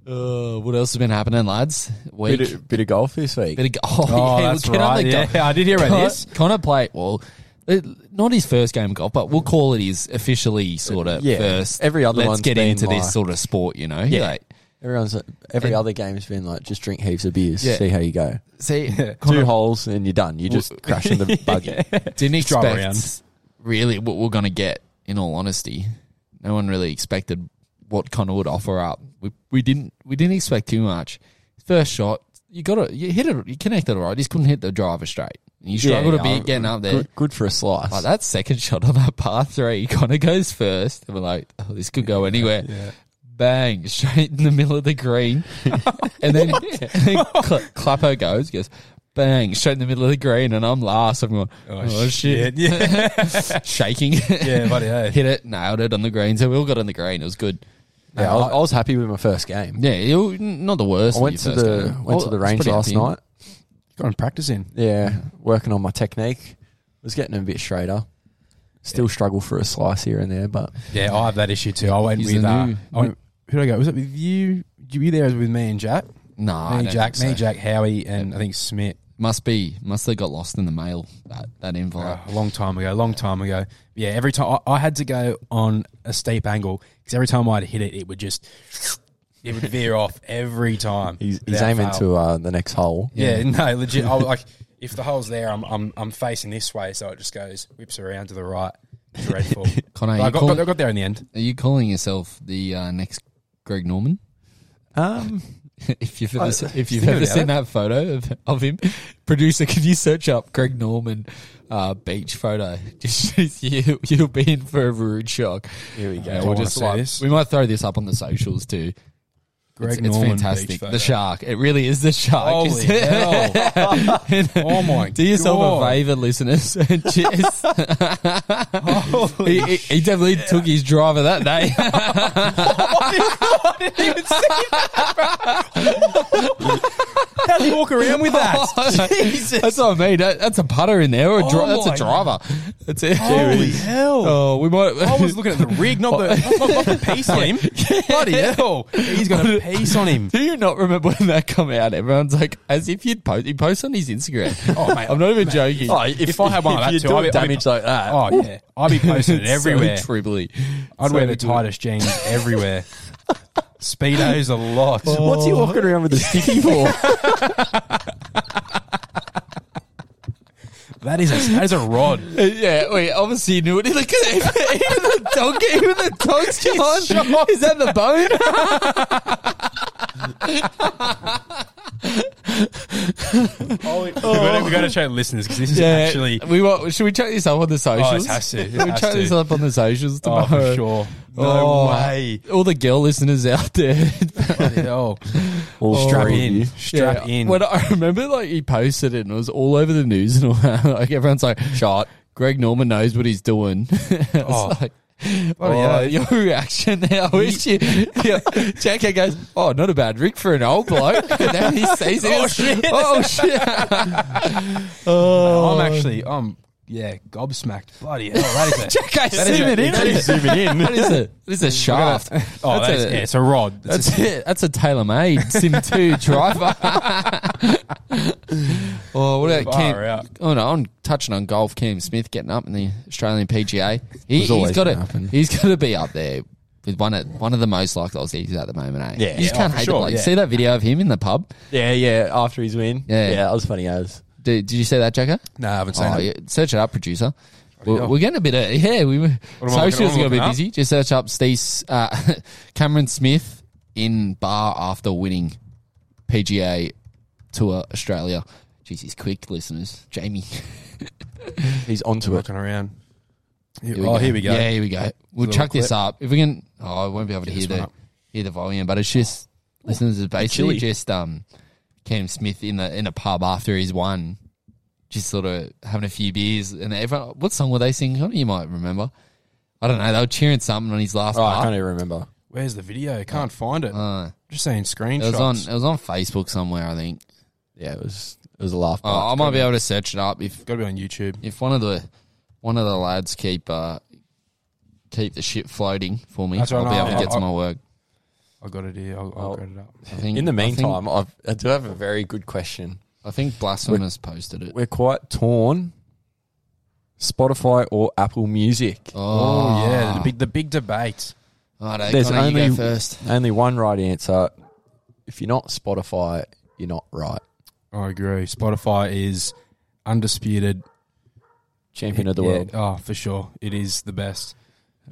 [SPEAKER 1] uh, what else has been happening, lads? Week
[SPEAKER 3] Bit of, bit of golf this week.
[SPEAKER 1] Bit of- oh,
[SPEAKER 4] Oh,
[SPEAKER 1] yeah,
[SPEAKER 4] that's
[SPEAKER 1] we'll get on
[SPEAKER 4] right.
[SPEAKER 1] the
[SPEAKER 4] Yeah,
[SPEAKER 1] golf.
[SPEAKER 4] I did hear about
[SPEAKER 1] Connor,
[SPEAKER 4] this.
[SPEAKER 1] Connor played well. it- not his first game of golf, but we'll call it his officially sort of
[SPEAKER 3] Yeah.
[SPEAKER 1] first.
[SPEAKER 3] Every other
[SPEAKER 1] Let's
[SPEAKER 3] one's
[SPEAKER 1] get
[SPEAKER 3] been
[SPEAKER 1] into this
[SPEAKER 3] like-
[SPEAKER 1] sort of sport, you know.
[SPEAKER 3] Yeah.
[SPEAKER 1] Like,
[SPEAKER 3] Everyone's uh, every
[SPEAKER 1] And-
[SPEAKER 3] other game's been like just drink heaps of beers,
[SPEAKER 1] Yeah.
[SPEAKER 3] see how you go.
[SPEAKER 1] see,
[SPEAKER 3] Two
[SPEAKER 1] Connor
[SPEAKER 3] holes and you're done. You just crash in the buggy.
[SPEAKER 1] didn't
[SPEAKER 4] Drive
[SPEAKER 1] expect
[SPEAKER 4] around.
[SPEAKER 1] really what we're going to get. In all honesty, no one really expected what Connor would offer up. We we didn't we didn't expect too much. First shot, you got to you hit it, you connected all right. Just couldn't hit the driver straight. You struggled
[SPEAKER 3] yeah,
[SPEAKER 1] a bit
[SPEAKER 3] I-
[SPEAKER 1] getting up there.
[SPEAKER 3] Good, good for a slice.
[SPEAKER 1] Like that second shot on that par three, Connor goes first, and we're like, "Oh, this could go anywhere." Bang! Straight in the middle of the green, and then, and then Cla- Clapper goes, goes, bang! Straight in the middle of the green, and I'm last. I'm going, "Oh, shit!"
[SPEAKER 4] Yeah,
[SPEAKER 1] Shaking,
[SPEAKER 4] yeah, buddy. hey.
[SPEAKER 1] hit it, nailed it on the green. So we all got on the green. It was good.
[SPEAKER 3] yeah, I, was, I was happy with my first game.
[SPEAKER 1] Yeah, it, was not the worst.
[SPEAKER 3] I
[SPEAKER 1] in
[SPEAKER 3] went
[SPEAKER 1] your
[SPEAKER 3] to
[SPEAKER 1] first
[SPEAKER 3] the
[SPEAKER 1] game.
[SPEAKER 3] went
[SPEAKER 1] Oh,
[SPEAKER 3] to the
[SPEAKER 1] it's
[SPEAKER 3] range
[SPEAKER 1] pretty
[SPEAKER 3] last
[SPEAKER 1] empty.
[SPEAKER 3] night.
[SPEAKER 4] Got him practicing.
[SPEAKER 3] Yeah, working on my technique. Was getting a bit straighter. Still struggle for a slice here and there, but
[SPEAKER 4] Yeah, I have that issue too. I went
[SPEAKER 1] He's
[SPEAKER 4] with.
[SPEAKER 1] the
[SPEAKER 4] Uh,
[SPEAKER 1] new-
[SPEAKER 4] I went, who did I go? Was it with you? You were there with me and Jack.
[SPEAKER 1] No, I
[SPEAKER 4] me,
[SPEAKER 1] don't
[SPEAKER 4] Jack,
[SPEAKER 1] think
[SPEAKER 4] me,
[SPEAKER 1] so.
[SPEAKER 4] Jack, Howie, and I think Smith.
[SPEAKER 1] Must be must have got lost in the mail that that invite.
[SPEAKER 4] Uh, a long time ago, a long time ago. Yeah, every time I, I had to go on a steep angle because every time I'd hit it, it would just it would veer off every time.
[SPEAKER 3] he's, he's
[SPEAKER 4] without
[SPEAKER 3] aiming
[SPEAKER 4] fail.
[SPEAKER 3] to uh, the next hole.
[SPEAKER 4] Yeah, no, legit. I was like if the hole's there, I'm I'm I'm facing this way, so it just goes whips around to the right. Dreadful.
[SPEAKER 1] Connor,
[SPEAKER 4] But I
[SPEAKER 1] you
[SPEAKER 4] got,
[SPEAKER 1] call-
[SPEAKER 4] got, I got there in the end.
[SPEAKER 1] Are you calling yourself the uh, next Greg Norman?
[SPEAKER 3] Um,
[SPEAKER 1] If you've ever,
[SPEAKER 3] I-
[SPEAKER 1] se- if you've
[SPEAKER 4] think
[SPEAKER 1] ever
[SPEAKER 4] about
[SPEAKER 1] seen that photo of, of him, producer, can you search up Greg Norman uh, beach photo? Just you, you'll be in for a rude shock.
[SPEAKER 3] here we go.
[SPEAKER 4] I
[SPEAKER 1] we'll
[SPEAKER 4] wanna
[SPEAKER 1] just
[SPEAKER 4] see
[SPEAKER 1] like-
[SPEAKER 4] this.
[SPEAKER 1] we might throw this up on the socials too.
[SPEAKER 4] Greg
[SPEAKER 1] it's, it's
[SPEAKER 4] Norman beach
[SPEAKER 1] fantastic.
[SPEAKER 4] photo.
[SPEAKER 1] The shark. It really is the shark.
[SPEAKER 4] Holy hell! oh my!
[SPEAKER 1] Do yourself
[SPEAKER 4] God.
[SPEAKER 1] a favor, listeners. and Just, he, he, he definitely took his driver that day.
[SPEAKER 4] Oh, How do you walk around with that?
[SPEAKER 1] That's what I mean. That, that's a putter in there, or a dri-
[SPEAKER 4] Oh my-
[SPEAKER 1] that's a driver. That's it.
[SPEAKER 4] Holy hell!
[SPEAKER 1] Oh, we might.
[SPEAKER 4] I was looking at the rig, not the, not, not the piece on him. Bloody hell. He's got a piece on him.
[SPEAKER 1] Do you not remember when that come out? Everyone's like, as if you'd post. He posts on his Instagram.
[SPEAKER 4] Oh, mate.
[SPEAKER 1] I'm not even joking.
[SPEAKER 3] Oh, if,
[SPEAKER 4] I had one of that
[SPEAKER 3] you
[SPEAKER 4] too,
[SPEAKER 3] do
[SPEAKER 4] I'd be- I'd be-
[SPEAKER 3] damage like that,
[SPEAKER 4] Oh, yeah. I'd be posting it
[SPEAKER 1] It's so
[SPEAKER 4] everywhere.
[SPEAKER 1] tribbly.
[SPEAKER 4] I'd
[SPEAKER 1] So
[SPEAKER 4] wear the
[SPEAKER 1] good.
[SPEAKER 4] tightest jeans everywhere. Speedos a lot.
[SPEAKER 1] Oh.
[SPEAKER 3] what's he walking around with a sticky for?
[SPEAKER 4] That is a, that is a rod.
[SPEAKER 1] Uh, Yeah, wait. Obviously, you knew it. Look at even the dog. Even the dog's gone. Is that the bone?
[SPEAKER 4] We've got to,
[SPEAKER 1] Oh.
[SPEAKER 4] we've got to try to listen to this because this is actually.
[SPEAKER 1] we want, should we check this up on the
[SPEAKER 4] Oh, it
[SPEAKER 1] socials?
[SPEAKER 4] has to. It
[SPEAKER 1] Can we
[SPEAKER 4] has
[SPEAKER 1] check this
[SPEAKER 4] to.
[SPEAKER 1] up on the socials
[SPEAKER 4] Oh,
[SPEAKER 1] tomorrow?
[SPEAKER 4] for sure. No
[SPEAKER 1] Oh,
[SPEAKER 4] way.
[SPEAKER 1] All the girl listeners out there,
[SPEAKER 4] oh,
[SPEAKER 3] All
[SPEAKER 4] strap
[SPEAKER 3] three of
[SPEAKER 4] in.
[SPEAKER 3] you.
[SPEAKER 4] Strap in.
[SPEAKER 1] When I remember, like he posted it, and it was all over the news, and all that. like everyone's like, "Shot." Greg Norman knows what he's doing. It's
[SPEAKER 4] Oh.
[SPEAKER 1] like,
[SPEAKER 4] Bloody
[SPEAKER 1] oh,
[SPEAKER 4] hell.
[SPEAKER 1] your reaction there. I wish you. Yeah. Jacko goes, "Oh, not a bad rig for an old bloke." And then he sees it. Oh shit! Oh shit! Oh.
[SPEAKER 4] I'm actually. I'm yeah, gobsmacked. Bloody hell, that is a,
[SPEAKER 1] Jacko, zoom
[SPEAKER 4] a-
[SPEAKER 1] it in.
[SPEAKER 4] that is
[SPEAKER 1] Zoom it in. That is a. That is a shaft.
[SPEAKER 4] oh, that
[SPEAKER 1] That's
[SPEAKER 4] is,
[SPEAKER 1] a-
[SPEAKER 4] yeah, it's a rod. It's
[SPEAKER 1] That's it. That's a tailor-made Sim Two driver. oh, what about Cam?
[SPEAKER 4] Far out.
[SPEAKER 1] Oh no, I'm touching on golf. Cam Smith getting up in the Australian PGA.
[SPEAKER 3] Was
[SPEAKER 1] He, has
[SPEAKER 3] always
[SPEAKER 1] got
[SPEAKER 3] gonna
[SPEAKER 1] to.
[SPEAKER 3] happen.
[SPEAKER 1] He's got to be up there with one of one of the most like those he's at the moment. Eh?
[SPEAKER 3] Yeah,
[SPEAKER 1] you just
[SPEAKER 3] yeah,
[SPEAKER 1] can't
[SPEAKER 4] oh, for
[SPEAKER 1] hate
[SPEAKER 4] sure,
[SPEAKER 1] the bloke.
[SPEAKER 4] yeah.
[SPEAKER 1] See that video of him in the pub?
[SPEAKER 3] Yeah, yeah. After his win.
[SPEAKER 1] Yeah.
[SPEAKER 3] yeah. That was funny as.
[SPEAKER 1] Did, did you see that, Jacko?
[SPEAKER 4] no, I haven't seen
[SPEAKER 1] Oh,
[SPEAKER 4] it.
[SPEAKER 1] yeah, search it up, producer. We're,
[SPEAKER 4] hell.
[SPEAKER 1] we're getting a bit of yeah. We were
[SPEAKER 4] am I looking-
[SPEAKER 1] socials
[SPEAKER 4] I'm
[SPEAKER 1] gonna be
[SPEAKER 4] looking up?
[SPEAKER 1] busy. Just search up Steve uh, Cameron Smith in bar after winning PGA Tour Australia. Jeez, he's quick, listeners. Jamie,
[SPEAKER 3] He's onto it.
[SPEAKER 4] Looking around.
[SPEAKER 1] Here
[SPEAKER 4] oh, here we go.
[SPEAKER 1] Yeah, here we go. We'll
[SPEAKER 4] Little
[SPEAKER 1] chuck this
[SPEAKER 4] clip.
[SPEAKER 1] up if we can. Oh, I won't be able to
[SPEAKER 4] Get
[SPEAKER 1] hear
[SPEAKER 4] this one
[SPEAKER 1] the
[SPEAKER 4] up.
[SPEAKER 1] hear the volume, but it's just listeners is
[SPEAKER 3] chilly.
[SPEAKER 1] basically just um Cam Smith in the in a pub after he's won, just sort of having a few beers, and everyone. What song were they singing? on? You might remember. I don't know. They were cheering something on his last.
[SPEAKER 3] Oh, I
[SPEAKER 1] part.
[SPEAKER 3] can't even remember.
[SPEAKER 4] Where's the video? Can't find it.
[SPEAKER 1] Uh,
[SPEAKER 4] Just
[SPEAKER 1] it
[SPEAKER 4] seeing
[SPEAKER 1] was on. uh,
[SPEAKER 4] screenshots.
[SPEAKER 1] It was on Facebook somewhere, I think.
[SPEAKER 3] Yeah, it was it was a laugh.
[SPEAKER 1] Oh, I
[SPEAKER 3] part.
[SPEAKER 1] might be able to search it up if
[SPEAKER 4] Got to be on YouTube.
[SPEAKER 1] if one of the one of the lads keep uh, keep the shit floating for me.
[SPEAKER 4] That's right,
[SPEAKER 1] I'll be
[SPEAKER 4] no,
[SPEAKER 1] able to
[SPEAKER 4] I-
[SPEAKER 1] get to
[SPEAKER 4] I-
[SPEAKER 1] my work.
[SPEAKER 4] I got it here. I'll, I'll
[SPEAKER 3] Oh.
[SPEAKER 4] grab it up.
[SPEAKER 1] I think,
[SPEAKER 3] In the
[SPEAKER 1] I think-
[SPEAKER 3] meantime, I've, I do have a very good question.
[SPEAKER 1] I think Blasphemous posted it.
[SPEAKER 3] We're quite torn. Spotify or Apple Music?
[SPEAKER 4] Oh, yeah, the big the big debate.
[SPEAKER 1] Righto,
[SPEAKER 3] There's
[SPEAKER 1] Connor, you go
[SPEAKER 3] only-
[SPEAKER 1] first.
[SPEAKER 3] Only one right answer. If you're not Spotify, you're not right.
[SPEAKER 4] I agree. Spotify is undisputed
[SPEAKER 3] Champion of the
[SPEAKER 4] Yeah,
[SPEAKER 3] world.
[SPEAKER 4] Oh, for sure, it is the best.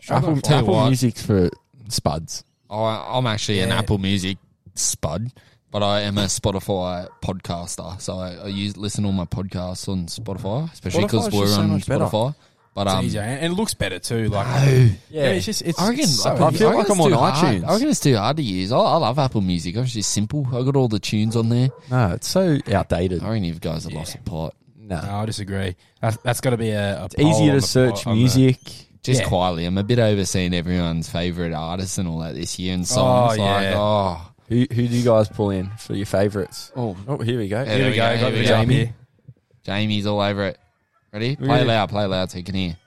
[SPEAKER 3] Apple,
[SPEAKER 1] Tell you
[SPEAKER 3] Apple
[SPEAKER 1] what.
[SPEAKER 3] Music's for spuds.
[SPEAKER 1] I, I'm actually an
[SPEAKER 4] Yeah.
[SPEAKER 1] Apple Music spud, but I am a Spotify podcaster, so I, I use listen to all my podcasts on Spotify, especially because
[SPEAKER 3] Spotify's
[SPEAKER 1] we're
[SPEAKER 3] just so
[SPEAKER 1] on
[SPEAKER 3] much better.
[SPEAKER 1] Spotify. But um,
[SPEAKER 4] It's easier, and and it looks better too. Like, yeah, it's just it's.
[SPEAKER 1] I reckon,
[SPEAKER 4] so-
[SPEAKER 1] I,
[SPEAKER 3] I feel like
[SPEAKER 1] reckon
[SPEAKER 3] I'm on
[SPEAKER 1] it's too hard.
[SPEAKER 3] iTunes.
[SPEAKER 1] I reckon it's too hard to use. I, I love Apple Music. I was just simple. I got all the tunes on there.
[SPEAKER 3] No, it's so outdated.
[SPEAKER 1] I reckon you guys have lost the plot.
[SPEAKER 3] No.
[SPEAKER 1] oh,
[SPEAKER 4] no, I disagree. That's, that's got to be a. a
[SPEAKER 3] It's easier to search music.
[SPEAKER 1] Just
[SPEAKER 4] Yeah.
[SPEAKER 1] quietly, I'm a bit overseeing everyone's favorite artists and all that this year, and songs
[SPEAKER 4] Oh,
[SPEAKER 1] like
[SPEAKER 4] yeah.
[SPEAKER 1] oh,
[SPEAKER 3] Who, who do you guys pull in for your favourites?
[SPEAKER 1] oh,
[SPEAKER 3] Oh, here we go.
[SPEAKER 1] Yeah, there we go,
[SPEAKER 4] Got
[SPEAKER 1] here we
[SPEAKER 4] the
[SPEAKER 1] go.
[SPEAKER 4] Jamie.
[SPEAKER 3] Jamie.
[SPEAKER 1] Jamie's all over it. Ready? Play
[SPEAKER 3] Really?
[SPEAKER 1] loud, play loud so you can hear.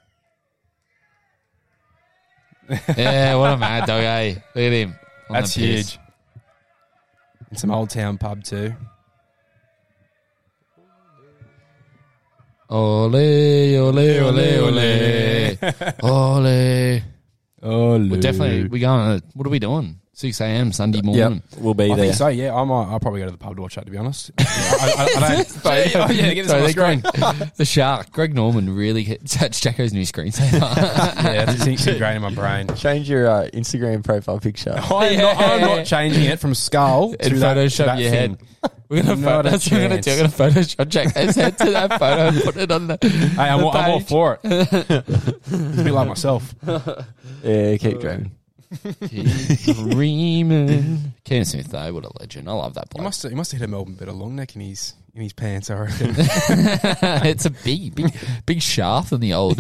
[SPEAKER 1] yeah, what a mad dog, eh? Look at him. on
[SPEAKER 4] That's
[SPEAKER 1] the piss.
[SPEAKER 4] huge. And some old town pub too.
[SPEAKER 1] Ole, ole, ole, ole. ole.
[SPEAKER 4] Oh,
[SPEAKER 1] We're definitely, we're going, what are we doing? 6 a.m. Sunday
[SPEAKER 3] Yep,
[SPEAKER 1] morning.
[SPEAKER 3] we'll be
[SPEAKER 4] I
[SPEAKER 3] there.
[SPEAKER 4] think so. Yeah, I might. I'll probably go to the pub to watch that. To be honest, Yeah, I, I, I don't.
[SPEAKER 1] Yeah,
[SPEAKER 4] oh, yeah, get this on the screen.
[SPEAKER 1] the shark, Greg Norman, really hit that's Jacko's new screensaver.
[SPEAKER 4] Yeah, it's just ingrained in my brain.
[SPEAKER 3] Change your uh, Instagram profile picture.
[SPEAKER 4] I'm, not, I'm not changing it from skull
[SPEAKER 1] And
[SPEAKER 4] to that, to
[SPEAKER 1] Photoshop
[SPEAKER 4] that
[SPEAKER 1] your
[SPEAKER 4] thing.
[SPEAKER 1] head. We're gonna
[SPEAKER 4] Not
[SPEAKER 1] photo,
[SPEAKER 4] a
[SPEAKER 1] that's what we're gonna do. We're gonna Photoshop Jacko's head to that photo and put it on the.
[SPEAKER 4] Hey, I'm,
[SPEAKER 1] the
[SPEAKER 4] all, I'm all
[SPEAKER 1] page.
[SPEAKER 4] for it. it's a bit like myself.
[SPEAKER 3] Yeah, keep driving.
[SPEAKER 1] Dreaming. Cam Smith, though, what a legend. I love that
[SPEAKER 4] He
[SPEAKER 1] bloke.
[SPEAKER 4] must have, he must have hit a Melbourne bit of long neck in his in his pants. I reckon.
[SPEAKER 1] it's a big, big, big shaft in the old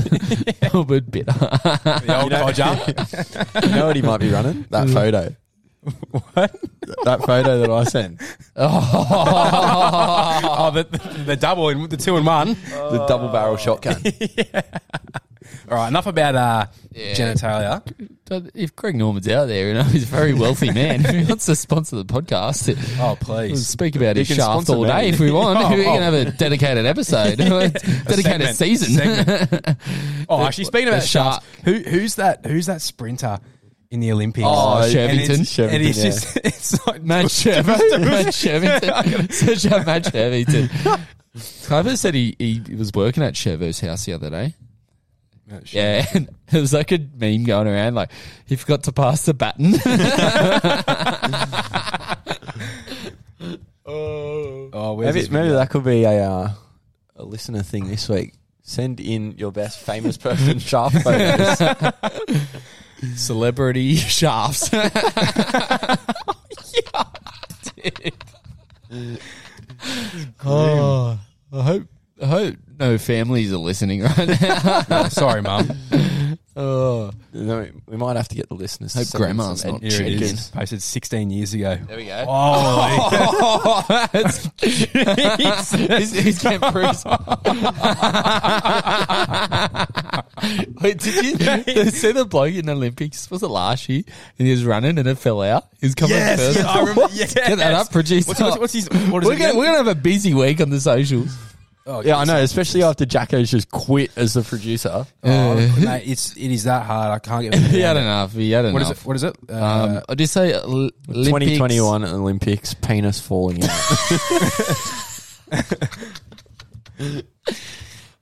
[SPEAKER 1] Albert bit.
[SPEAKER 4] the old codger.
[SPEAKER 3] You know what he might be running? That
[SPEAKER 1] Mm.
[SPEAKER 3] photo. what? That photo that I sent.
[SPEAKER 1] Oh,
[SPEAKER 4] oh, the, the, the double and the two and one.
[SPEAKER 3] The double barrel shotgun.
[SPEAKER 4] All right, enough about uh,
[SPEAKER 1] Yeah.
[SPEAKER 4] genitalia.
[SPEAKER 1] if Greg Norman's out there, you know he's a very wealthy man. If he wants to sponsor the podcast,
[SPEAKER 4] Oh,
[SPEAKER 1] we'll
[SPEAKER 4] please.
[SPEAKER 1] speak about his
[SPEAKER 3] can
[SPEAKER 1] shaft
[SPEAKER 3] sponsor
[SPEAKER 1] all
[SPEAKER 3] me.
[SPEAKER 1] day if we want.
[SPEAKER 4] Oh,
[SPEAKER 1] we can
[SPEAKER 4] oh.
[SPEAKER 1] have a dedicated episode, dedicated
[SPEAKER 4] segment.
[SPEAKER 1] season.
[SPEAKER 4] Oh, actually, speaking
[SPEAKER 1] the
[SPEAKER 4] about sharks,
[SPEAKER 1] shark.
[SPEAKER 4] who who's that? Who's that sprinter in the Olympics?
[SPEAKER 1] Oh, Shervington.
[SPEAKER 4] it's, and it's
[SPEAKER 3] Shervington,
[SPEAKER 4] just it's like
[SPEAKER 1] Matt Shervington. Matt Shervington. Search up Matt Shervington. Clever said he, he was working at Shervo's house the other day. Yeah, and it was like a meme going around, like he forgot to pass the baton.
[SPEAKER 4] Oh, where's
[SPEAKER 3] Maybe,
[SPEAKER 4] this
[SPEAKER 3] maybe
[SPEAKER 4] video?
[SPEAKER 3] that could be a uh, a listener thing this week. Send in your best famous person shark photos.
[SPEAKER 1] Celebrity shafts. oh, I hope I hope no families are listening right now.
[SPEAKER 4] No, sorry, mum.
[SPEAKER 1] oh,
[SPEAKER 3] No, we- we might have to get the listeners.
[SPEAKER 1] Hope
[SPEAKER 3] to send in
[SPEAKER 1] grandma's
[SPEAKER 3] some
[SPEAKER 1] not
[SPEAKER 3] ed-
[SPEAKER 4] Here it
[SPEAKER 3] chicken.
[SPEAKER 4] is. Posted 16 years ago.
[SPEAKER 1] there we go.
[SPEAKER 4] Oh,
[SPEAKER 1] Oh, that's this is Ken Bruce. Wait, did you did you see the bloke in the Olympics? Was it last year? And he was running and it fell out. He was coming
[SPEAKER 4] Yes,
[SPEAKER 1] first.
[SPEAKER 4] yes, I remember-
[SPEAKER 1] Get that
[SPEAKER 4] yes.
[SPEAKER 1] up, producer.
[SPEAKER 4] what's, what's, what's his? What is
[SPEAKER 1] we're, gonna,
[SPEAKER 4] it again?
[SPEAKER 1] we're gonna have a busy week on the socials.
[SPEAKER 4] Oh,
[SPEAKER 3] Yeah, I know. Especially after Jacko's just quit as the producer.
[SPEAKER 4] Oh, mate, it's it is that hard. I can't get.
[SPEAKER 1] He had enough. He had
[SPEAKER 4] What is
[SPEAKER 1] enough.
[SPEAKER 4] it? What is it? Uh,
[SPEAKER 1] Um, I just say L-
[SPEAKER 3] Twenty twenty one Olympics penis falling out.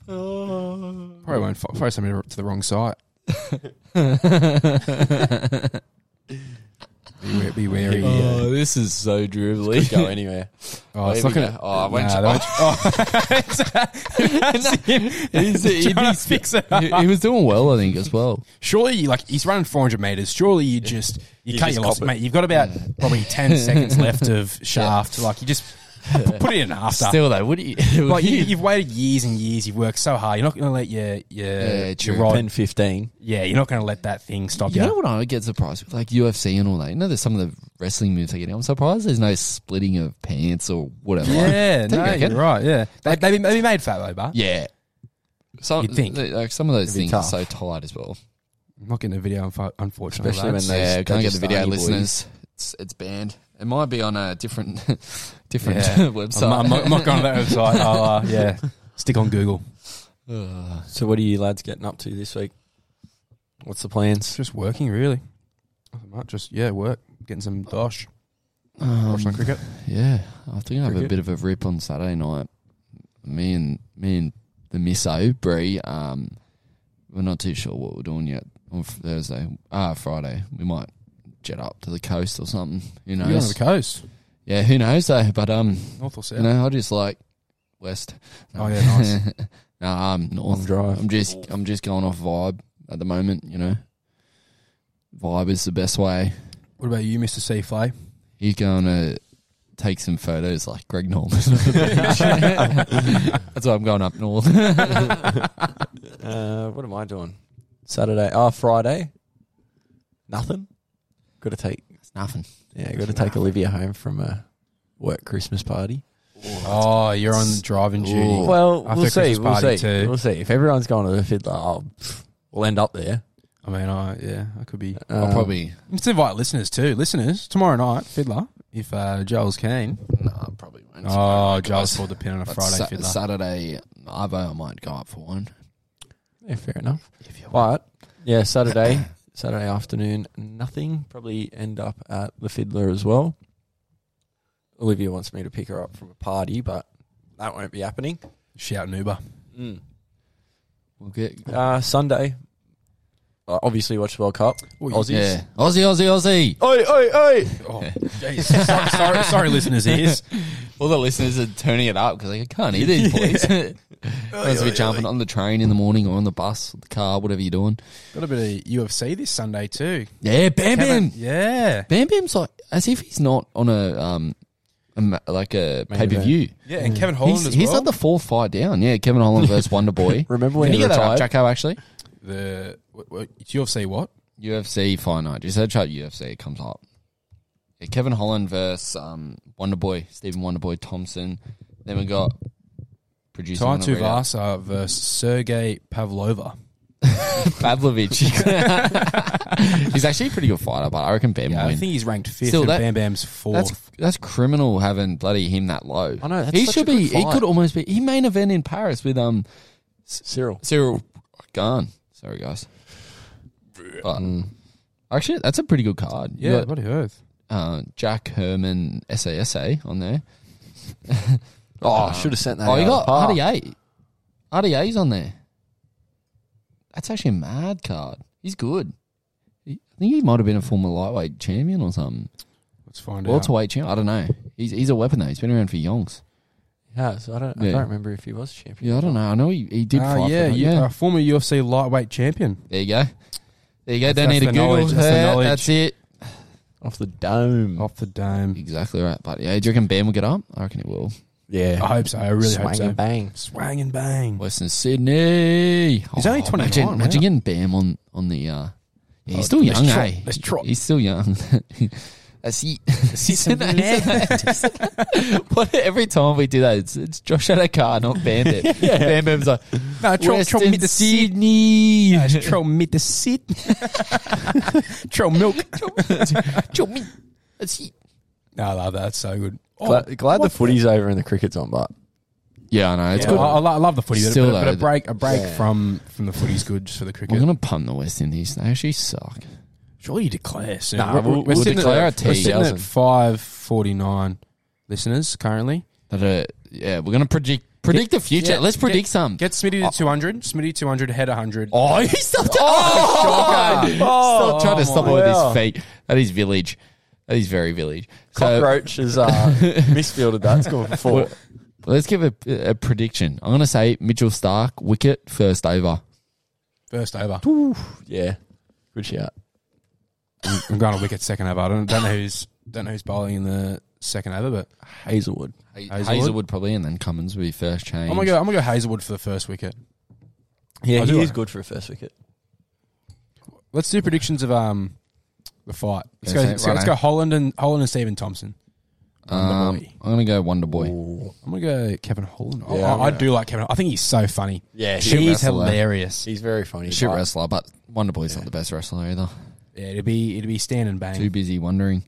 [SPEAKER 1] Oh,
[SPEAKER 4] probably won't. fo- Probably sent me to the wrong site. be, wa- be wary. yeah.
[SPEAKER 1] Oh, this is so dribbly.
[SPEAKER 3] Go anywhere.
[SPEAKER 4] Oh, it's
[SPEAKER 3] Here we
[SPEAKER 4] looking
[SPEAKER 3] go.
[SPEAKER 4] at.
[SPEAKER 3] Oh, I went.
[SPEAKER 4] Nah,
[SPEAKER 3] to-
[SPEAKER 4] that Oh. went-
[SPEAKER 1] He's- he- he's- he, he was doing well, I think, as well.
[SPEAKER 4] surely, you, like he's running 400 meters. Surely you just you,
[SPEAKER 3] You
[SPEAKER 4] cut
[SPEAKER 3] just
[SPEAKER 4] your
[SPEAKER 3] cop
[SPEAKER 4] losses,
[SPEAKER 3] it.
[SPEAKER 4] mate. You've got about probably 10 seconds left of shaft. Like you just put it in after.
[SPEAKER 1] Still though, would you?
[SPEAKER 4] like you, you've waited years and years. You've worked so hard. You're not going to let your your,
[SPEAKER 1] Yeah, true.
[SPEAKER 4] your rod.
[SPEAKER 3] 10, 15.
[SPEAKER 4] yeah, you're not going to let that thing stop
[SPEAKER 1] You
[SPEAKER 4] you.
[SPEAKER 1] know what I get surprised with, like UFC and all that. You know, there's some of the wrestling moves I get. I'm surprised there's no splitting of pants or whatever.
[SPEAKER 4] Yeah,
[SPEAKER 1] Don't you
[SPEAKER 4] no,
[SPEAKER 1] reckon?
[SPEAKER 4] you're right. Yeah, they, they, be, they be made fat though, but
[SPEAKER 1] yeah. Some,
[SPEAKER 4] You'd think.
[SPEAKER 1] like some of those
[SPEAKER 3] be
[SPEAKER 1] things
[SPEAKER 3] tough.
[SPEAKER 1] are so tight as well.
[SPEAKER 4] I'm not getting a video, unfo- unfortunately.
[SPEAKER 3] Especially
[SPEAKER 4] lads.
[SPEAKER 3] when they-
[SPEAKER 1] yeah, can't get the video,
[SPEAKER 3] Dagestani boys.
[SPEAKER 1] listeners. It's it's banned. It might be on a different different
[SPEAKER 4] Yeah.
[SPEAKER 1] website.
[SPEAKER 4] I'm, I'm not, I'm not going to that website. I'll, uh, yeah, stick on Google.
[SPEAKER 1] Ugh.
[SPEAKER 3] So what are you lads getting up to this week? What's the
[SPEAKER 4] It's
[SPEAKER 3] plans?
[SPEAKER 4] just working, really. Nothing much, Just yeah, work, getting some dosh, watching
[SPEAKER 1] Um,
[SPEAKER 4] some cricket.
[SPEAKER 1] Yeah, I think I have a
[SPEAKER 4] Cricket.
[SPEAKER 1] bit of a rip on Saturday night. Me and me and the Miss O Bree, um, we're not too sure what we're doing yet on Thursday. Ah, Friday we might jet up to the coast or something. Who
[SPEAKER 4] You're on
[SPEAKER 1] knows?
[SPEAKER 4] the coast,
[SPEAKER 1] Yeah, who knows though. But um,
[SPEAKER 4] north or south?
[SPEAKER 1] you know, I just like west.
[SPEAKER 4] Oh, yeah, nice.
[SPEAKER 1] no, um, north.
[SPEAKER 3] Long drive.
[SPEAKER 1] I'm just I'm just going off vibe at the moment. You know, vibe is the best way.
[SPEAKER 4] What about you, Mister C Flay?
[SPEAKER 1] He's going to uh, take some photos like Greg Norman. That's why I'm going up north.
[SPEAKER 3] Uh, what am I doing? Saturday. Oh, Friday. Nothing. Got to take.
[SPEAKER 1] It's nothing.
[SPEAKER 3] Yeah, got to take Olivia home from a work Christmas party.
[SPEAKER 4] Oh, you're on driving duty.
[SPEAKER 1] Ooh.
[SPEAKER 3] Well,
[SPEAKER 4] After
[SPEAKER 3] we'll see.
[SPEAKER 4] Christmas
[SPEAKER 3] We'll see.
[SPEAKER 4] party too.
[SPEAKER 3] We'll see. If everyone's going to the fiddler, I'll, we'll end up there.
[SPEAKER 4] I mean, I yeah, I could be.
[SPEAKER 1] I'll
[SPEAKER 3] Um,
[SPEAKER 1] probably
[SPEAKER 4] Let's invite listeners too. Listeners, tomorrow night, Fiddler. If uh, Joel's keen.
[SPEAKER 1] no, I probably won't.
[SPEAKER 4] Oh, Joel's pulled the pin on a Friday
[SPEAKER 1] Sa-
[SPEAKER 4] Fiddler.
[SPEAKER 1] Saturday, Arvo, I might go up for one.
[SPEAKER 3] Yeah, fair enough. But yeah, Saturday, Saturday afternoon, nothing. Probably end up at the fiddler as well. Olivia wants me to pick her up from a party, but that won't be happening.
[SPEAKER 4] Shout an Uber.
[SPEAKER 3] Hmm.
[SPEAKER 1] We'll get
[SPEAKER 3] Uh, Sunday, uh, obviously watch the World Cup. Aussies.
[SPEAKER 1] yeah, Aussie, Aussie, Aussie.
[SPEAKER 3] Oi, oi, oi!
[SPEAKER 4] Oh, jeez. sorry, sorry, sorry, listeners. Ears.
[SPEAKER 1] All the listeners are turning it up because I can't hear these boys. Must be jumping on the train in the morning or on the bus, the car, whatever you're doing.
[SPEAKER 4] Got a bit of UFC this Sunday too.
[SPEAKER 1] Yeah, Bam Bam.
[SPEAKER 4] Kevin- Yeah.
[SPEAKER 1] Bam Bam's like as if he's not on a um, a ma- like a
[SPEAKER 3] Main
[SPEAKER 1] pay per view.
[SPEAKER 4] Yeah, and Kevin Holland
[SPEAKER 1] He's,
[SPEAKER 4] as
[SPEAKER 1] he's
[SPEAKER 4] well.
[SPEAKER 1] like the fourth fight down. Yeah, Kevin Holland versus Wonder Boy.
[SPEAKER 3] Remember when
[SPEAKER 1] Can
[SPEAKER 3] he
[SPEAKER 1] you get that up,
[SPEAKER 3] retired?
[SPEAKER 1] Jacko? Actually,
[SPEAKER 4] the what, what, it's UFC what?
[SPEAKER 1] UFC fight night. Just search up UFC. It comes up. Yeah, Kevin Holland versus um, Wonder Boy Stephen Wonder Boy Thompson. Then we got producer
[SPEAKER 4] Tai
[SPEAKER 1] wanna read out?
[SPEAKER 4] Tuivasa versus Sergey Pavlova.
[SPEAKER 1] Pavlovich. he's actually a pretty good fighter, but I reckon Bam
[SPEAKER 4] Yeah,
[SPEAKER 1] will
[SPEAKER 4] I
[SPEAKER 1] win.
[SPEAKER 4] think he's ranked fifth,
[SPEAKER 1] Still,
[SPEAKER 4] and
[SPEAKER 1] that-
[SPEAKER 4] Bam Bam's fourth.
[SPEAKER 1] That's that's criminal having bloody him that low.
[SPEAKER 3] I know, that's
[SPEAKER 1] he
[SPEAKER 3] such
[SPEAKER 1] should
[SPEAKER 3] a
[SPEAKER 1] be.
[SPEAKER 3] good
[SPEAKER 1] He
[SPEAKER 3] fight.
[SPEAKER 1] could almost be. He main event in Paris with um
[SPEAKER 3] Cyril.
[SPEAKER 1] Cyril gone. Sorry, guys. But um, actually, that's a pretty good card. You
[SPEAKER 4] yeah,
[SPEAKER 1] got,
[SPEAKER 4] bloody earth.
[SPEAKER 1] uh, Jack Herman SASA on there.
[SPEAKER 3] Oh,
[SPEAKER 1] Um,
[SPEAKER 3] I should have sent that.
[SPEAKER 1] oh, you
[SPEAKER 3] out.
[SPEAKER 1] got RDA. RDA's on there. That's actually a mad card. He's good. He, I think he might have been a former lightweight champion or something.
[SPEAKER 4] Let's find out.
[SPEAKER 1] Welterweight champion. I don't know. He's he's a weapon though. He's been around for yonks.
[SPEAKER 3] has. I don't. I
[SPEAKER 1] Yeah.
[SPEAKER 3] don't remember if he was champion.
[SPEAKER 1] Yeah, I don't know. I know he, he did
[SPEAKER 4] Ah,
[SPEAKER 1] fight.
[SPEAKER 4] yeah,
[SPEAKER 1] for that.
[SPEAKER 4] you-
[SPEAKER 1] yeah.
[SPEAKER 4] uh, former UFC lightweight champion.
[SPEAKER 1] There you go. There you go. Don't
[SPEAKER 4] That's
[SPEAKER 1] need to
[SPEAKER 4] the
[SPEAKER 1] Google
[SPEAKER 4] knowledge, that's the
[SPEAKER 1] that.
[SPEAKER 4] knowledge.
[SPEAKER 1] That's it.
[SPEAKER 3] Off the dome.
[SPEAKER 4] Off the dome.
[SPEAKER 1] Exactly right. But yeah, do you reckon Ben will get up? I reckon it will.
[SPEAKER 3] yeah.
[SPEAKER 4] I hope so. I really
[SPEAKER 3] Swang
[SPEAKER 4] hope so.
[SPEAKER 3] and bang.
[SPEAKER 4] Swang and bang.
[SPEAKER 1] Western Sydney. Oh,
[SPEAKER 4] He's only 29,
[SPEAKER 1] Imagine,
[SPEAKER 4] wow.
[SPEAKER 1] imagine getting Bam on on the. Uh, yeah, he's
[SPEAKER 4] Oh,
[SPEAKER 1] still
[SPEAKER 4] let's
[SPEAKER 1] young,
[SPEAKER 4] trot,
[SPEAKER 1] eh?
[SPEAKER 4] let's trot.
[SPEAKER 1] He's still young. That's he. he said that- he said that. What every time we do that, it's, it's Josh at a car, not Bandit. Bam Bam's like
[SPEAKER 4] No,
[SPEAKER 1] Western Sydney.
[SPEAKER 4] Troll meet the seat. Troll milk.
[SPEAKER 1] Chop me. That's he.
[SPEAKER 4] No, I love that. That's so good. Oh,
[SPEAKER 3] glad glad the
[SPEAKER 4] what
[SPEAKER 3] footy's over and the cricket's on, but
[SPEAKER 1] Yeah, I know it's
[SPEAKER 4] Yeah, Oh,
[SPEAKER 1] good.
[SPEAKER 4] I, I lo- I love the footy, but-
[SPEAKER 1] Still
[SPEAKER 4] but, but
[SPEAKER 1] though,
[SPEAKER 4] a break, a break
[SPEAKER 3] yeah.
[SPEAKER 4] from from the footy's good just for the
[SPEAKER 1] We're
[SPEAKER 4] cricket.
[SPEAKER 1] gonna punt the West Indies. They actually suck.
[SPEAKER 4] Surely you declare soon.
[SPEAKER 1] Nah, we'll- we'll declare a
[SPEAKER 4] at, we're
[SPEAKER 1] tea,
[SPEAKER 4] sitting
[SPEAKER 1] doesn't.
[SPEAKER 4] at five forty nine listeners currently.
[SPEAKER 1] That uh, yeah, we're gonna predict predict the future.
[SPEAKER 4] yeah,
[SPEAKER 1] Let's
[SPEAKER 4] get-
[SPEAKER 1] predict some.
[SPEAKER 4] Get Smitty to two hundred. Smitty two hundred. Head hundred.
[SPEAKER 1] oh, he stopped.
[SPEAKER 4] Oh, shocker.
[SPEAKER 1] Stop trying to
[SPEAKER 4] Oh,
[SPEAKER 1] stop it
[SPEAKER 4] my
[SPEAKER 1] with
[SPEAKER 3] wow.
[SPEAKER 1] his feet. That is village. That is very village. So
[SPEAKER 3] cockroach has uh, misfielded that score for four.
[SPEAKER 1] let's give a, a prediction. I'm gonna say Mitchell Stark wicket first over.
[SPEAKER 4] First over.
[SPEAKER 3] Yeah, good shout.
[SPEAKER 4] I'm going to wicket second over. I don't, don't know who's don't know who's bowling in the second over, but
[SPEAKER 3] Hazelwood.
[SPEAKER 1] Hazelwood,
[SPEAKER 4] Hazelwood Oh
[SPEAKER 1] probably, and then Cummins will be first change.
[SPEAKER 4] I'm gonna go. I'm gonna go Hazelwood for the first wicket.
[SPEAKER 3] Yeah,
[SPEAKER 4] I
[SPEAKER 3] he
[SPEAKER 4] do
[SPEAKER 3] is
[SPEAKER 4] like-
[SPEAKER 3] good for a first wicket.
[SPEAKER 4] Let's do predictions of um the fight.
[SPEAKER 1] Yeah,
[SPEAKER 4] Let's
[SPEAKER 1] so-
[SPEAKER 4] go. Let's go, let's
[SPEAKER 1] righto.
[SPEAKER 4] go Holland and Holland and Stephen Thompson.
[SPEAKER 1] Um,
[SPEAKER 4] Wonder Boy.
[SPEAKER 1] I'm gonna go Wonder Boy.
[SPEAKER 4] I'm gonna go Kevin Holland. I-
[SPEAKER 3] Yeah,
[SPEAKER 4] I,
[SPEAKER 3] I'm
[SPEAKER 4] I
[SPEAKER 3] gonna-
[SPEAKER 4] do like Kevin. I think he's so funny.
[SPEAKER 3] Yeah,
[SPEAKER 1] Shit
[SPEAKER 4] he's
[SPEAKER 1] wrestler.
[SPEAKER 4] hilarious.
[SPEAKER 3] He's very funny.
[SPEAKER 1] Shit
[SPEAKER 3] but-
[SPEAKER 1] wrestler, but Wonder Boy's not the best wrestler either.
[SPEAKER 4] Yeah, it'd be it'd be stand and bang.
[SPEAKER 1] Too busy wondering.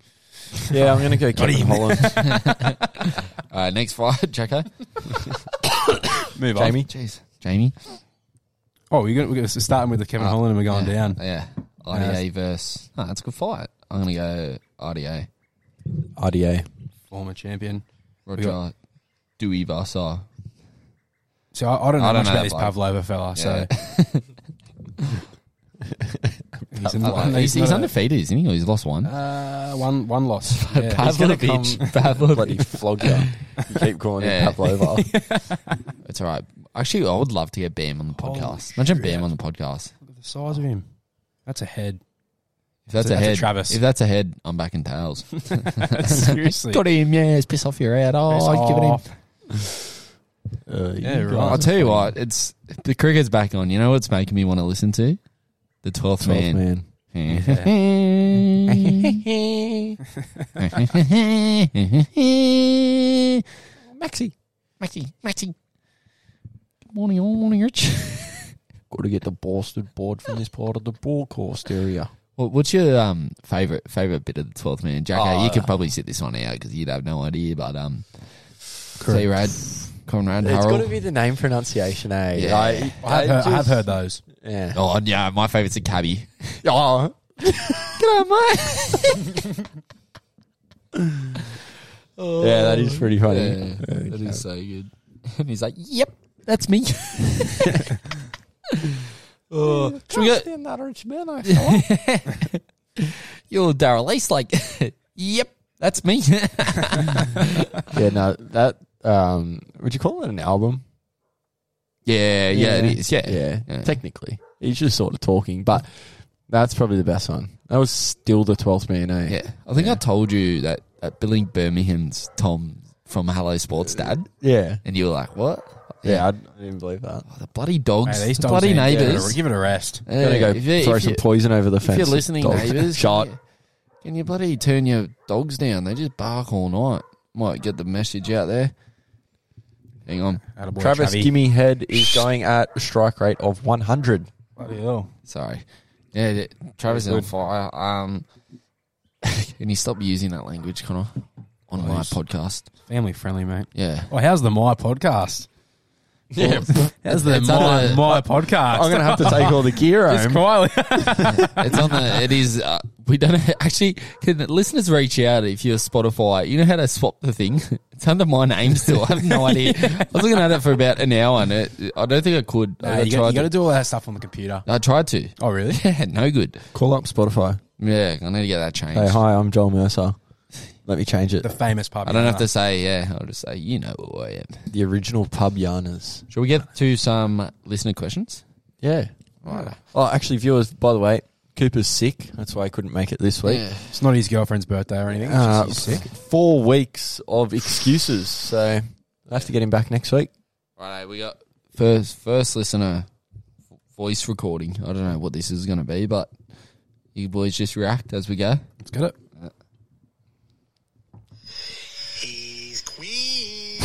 [SPEAKER 3] Yeah, I'm going to go Kevin Holland.
[SPEAKER 1] Uh, next fight, Jacko.
[SPEAKER 4] Move
[SPEAKER 1] Jamie. Jeez. Jamie.
[SPEAKER 4] Oh, we're, gonna, we're gonna starting with the Kevin
[SPEAKER 1] Uh,
[SPEAKER 4] Holland and we're going
[SPEAKER 1] yeah,
[SPEAKER 4] down.
[SPEAKER 1] Yeah. RDA versus. Oh, that's a good fight. I'm going to go RDA.
[SPEAKER 3] RDA.
[SPEAKER 4] Former champion.
[SPEAKER 1] Roger
[SPEAKER 4] We got-
[SPEAKER 1] Dewey versus.
[SPEAKER 4] So I, I don't know
[SPEAKER 1] I don't
[SPEAKER 4] much
[SPEAKER 1] know
[SPEAKER 4] about
[SPEAKER 1] that
[SPEAKER 4] this
[SPEAKER 1] bloke.
[SPEAKER 4] Pavlova fella. So he's, in,
[SPEAKER 1] Uh, he's he's undefeated, isn't he? Or he's lost one.
[SPEAKER 4] Uh, one one loss. Yeah.
[SPEAKER 1] Pavlovich.
[SPEAKER 3] Bloody
[SPEAKER 1] Pavlovich.
[SPEAKER 3] flogged you. You keep calling
[SPEAKER 1] Yeah.
[SPEAKER 3] him Pavlova.
[SPEAKER 1] It's all right. Actually, I would love to get Bam on the podcast.
[SPEAKER 4] Holy
[SPEAKER 1] Imagine
[SPEAKER 4] shit.
[SPEAKER 1] Bam on the podcast.
[SPEAKER 4] Look at the size of him. That's a head.
[SPEAKER 1] If that's,
[SPEAKER 4] That's a-
[SPEAKER 1] a
[SPEAKER 4] that's a
[SPEAKER 1] head,
[SPEAKER 4] Travis.
[SPEAKER 1] If that's a head, I'm back in tails.
[SPEAKER 4] Seriously.
[SPEAKER 1] Got him, yes. Piss off your head. Oh,
[SPEAKER 4] Piss
[SPEAKER 1] I'd give it him.
[SPEAKER 4] off.
[SPEAKER 3] Uh, you
[SPEAKER 4] Yeah,
[SPEAKER 3] guys-
[SPEAKER 4] right.
[SPEAKER 1] I'll tell you what, it's the cricket's back on. You know what's making me want to listen to? The 12th,
[SPEAKER 3] Twelfth
[SPEAKER 1] man.
[SPEAKER 3] man.
[SPEAKER 1] Maxi, Maxi, Maxi. Good morning, all morning, Rich.
[SPEAKER 3] Got to get the Boston board from this part of the broadcast area.
[SPEAKER 1] What, what's your um favorite favorite bit of the twelfth man, Jacko?
[SPEAKER 3] Oh,
[SPEAKER 1] you could
[SPEAKER 3] uh,
[SPEAKER 1] probably sit this one out because you'd have no idea. But um, Conrad, Conrad,
[SPEAKER 3] It's got
[SPEAKER 1] Harold.
[SPEAKER 3] to be the name pronunciation, eh?
[SPEAKER 1] Yeah.
[SPEAKER 3] Like,
[SPEAKER 4] I have,
[SPEAKER 3] I
[SPEAKER 4] heard, I have
[SPEAKER 3] just-
[SPEAKER 4] heard those.
[SPEAKER 3] Yeah.
[SPEAKER 1] oh yeah, my favorite's a cabbie.
[SPEAKER 3] Oh,
[SPEAKER 1] G'day, mate.
[SPEAKER 3] yeah, that is pretty funny.
[SPEAKER 1] Yeah, that is so good. And he's like, "Yep, that's me." oh, should we go?
[SPEAKER 3] that rich man, I
[SPEAKER 1] You're Daryl East, like, "Yep, that's me."
[SPEAKER 3] yeah, no, that um, would you call it an album?
[SPEAKER 1] yeah, yeah, it is. Yeah,
[SPEAKER 3] yeah,
[SPEAKER 1] yeah.
[SPEAKER 3] Technically, he's just sort of talking, but that's probably the best one. That was still the twelfth man, eh?
[SPEAKER 1] Yeah. I think I told you that at Billy Birmingham's Tom from Hello Sports Dad,
[SPEAKER 3] yeah,
[SPEAKER 1] and you were like, "What?"
[SPEAKER 3] yeah. I, d- I didn't believe that.
[SPEAKER 1] Oh, the bloody dogs,
[SPEAKER 4] Hey, these
[SPEAKER 1] the
[SPEAKER 4] dogs
[SPEAKER 1] bloody
[SPEAKER 4] need- yeah,
[SPEAKER 1] neighbours.
[SPEAKER 4] Give it a rest.
[SPEAKER 1] Yeah,
[SPEAKER 3] Gotta go
[SPEAKER 1] if you-
[SPEAKER 3] throw
[SPEAKER 1] if
[SPEAKER 3] some
[SPEAKER 1] you-
[SPEAKER 3] poison over the
[SPEAKER 1] If
[SPEAKER 3] fence.
[SPEAKER 1] you're listening,
[SPEAKER 3] dog.
[SPEAKER 1] neighbours,
[SPEAKER 3] shut.
[SPEAKER 1] Can you, can you bloody turn your dogs down? They just bark all night. Might get the message out there. Hang on.
[SPEAKER 4] Attaboy,
[SPEAKER 3] Travis
[SPEAKER 4] Travy.
[SPEAKER 3] Gimme Head is going at a strike rate of one hundred.
[SPEAKER 4] Bloody hell.
[SPEAKER 1] Sorry. Yeah, th- Travis is on fire. Um, can you stop using that language, Connor, on my
[SPEAKER 4] Please.
[SPEAKER 1] podcast?
[SPEAKER 4] Family friendly, mate.
[SPEAKER 1] Yeah.
[SPEAKER 4] Oh, how's the My Podcast?
[SPEAKER 1] Yeah.
[SPEAKER 4] How's the
[SPEAKER 1] It's
[SPEAKER 4] My,
[SPEAKER 1] under-
[SPEAKER 4] my Podcast?
[SPEAKER 3] I'm gonna have to take all the gear
[SPEAKER 4] Just
[SPEAKER 3] home.
[SPEAKER 4] quietly.
[SPEAKER 1] It's on the. It is. Uh, we don't actually. Can the listeners reach out if you're Spotify? You know how to swap the thing. It's under my name still. I have no idea. I was looking at it for about an hour, and it, I don't think I could. I
[SPEAKER 4] you
[SPEAKER 1] tried
[SPEAKER 4] got to
[SPEAKER 1] to.
[SPEAKER 4] do all that stuff on the computer.
[SPEAKER 1] I tried to.
[SPEAKER 4] Oh, really?
[SPEAKER 1] Yeah, no good.
[SPEAKER 3] Call up Spotify.
[SPEAKER 1] Yeah, I need to get that changed.
[SPEAKER 3] Hey, hi, I'm Joel Mercer. Let me change it.
[SPEAKER 4] The
[SPEAKER 3] The,
[SPEAKER 4] famous pub.
[SPEAKER 1] I don't have
[SPEAKER 4] yarner.
[SPEAKER 1] to say, yeah, I'll just say, you know who I am.
[SPEAKER 3] original pub yarners.
[SPEAKER 1] Shall we get to some listener questions?
[SPEAKER 3] Yeah.
[SPEAKER 1] Right.
[SPEAKER 3] Oh, actually, viewers, by the way, Cooper's sick. That's why he couldn't make it this week.
[SPEAKER 1] Yeah.
[SPEAKER 4] It's not his girlfriend's birthday or anything.
[SPEAKER 3] Uh,
[SPEAKER 4] She's sick.
[SPEAKER 3] Four weeks of excuses. So I have to get him back next week.
[SPEAKER 1] Right, we got first first listener voice recording. I don't know what this is going to be, but you boys just react as we go.
[SPEAKER 4] Let's get it.
[SPEAKER 5] He's queen.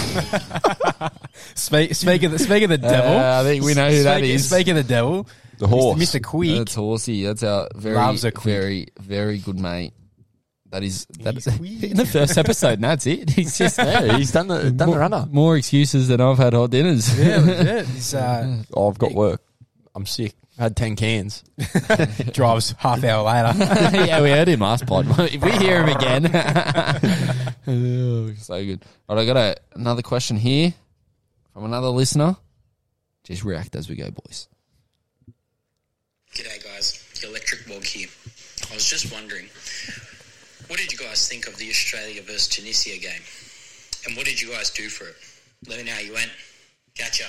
[SPEAKER 4] Speak, speak of the speak of the
[SPEAKER 3] Uh,
[SPEAKER 4] devil.
[SPEAKER 1] I think we know who
[SPEAKER 4] speak,
[SPEAKER 1] that is.
[SPEAKER 4] Speak of the devil.
[SPEAKER 3] The horse.
[SPEAKER 4] Mr. Queek.
[SPEAKER 1] That's horsey. That's our very
[SPEAKER 4] Loves a quick-
[SPEAKER 1] very very good mate. That is that is
[SPEAKER 4] He's quick.
[SPEAKER 1] in the first episode. and That's it. He's just
[SPEAKER 3] Yeah, he's done the done the
[SPEAKER 1] more,
[SPEAKER 3] runner.
[SPEAKER 1] More excuses than I've had hot dinners.
[SPEAKER 4] yeah, legit. He's, uh,
[SPEAKER 3] Oh, I've got work. I'm sick. I had ten cans.
[SPEAKER 4] drives half hour later.
[SPEAKER 1] yeah, we heard him last pod. if we hear him again, so good. All right, I got a, another question here from another listener. Just react as we go, boys.
[SPEAKER 5] G'day, guys. Electric Wog here. I was just wondering, what did you guys think of the Australia versus Tunisia game? And what did you guys do for it? Let me know how you went. Gotcha.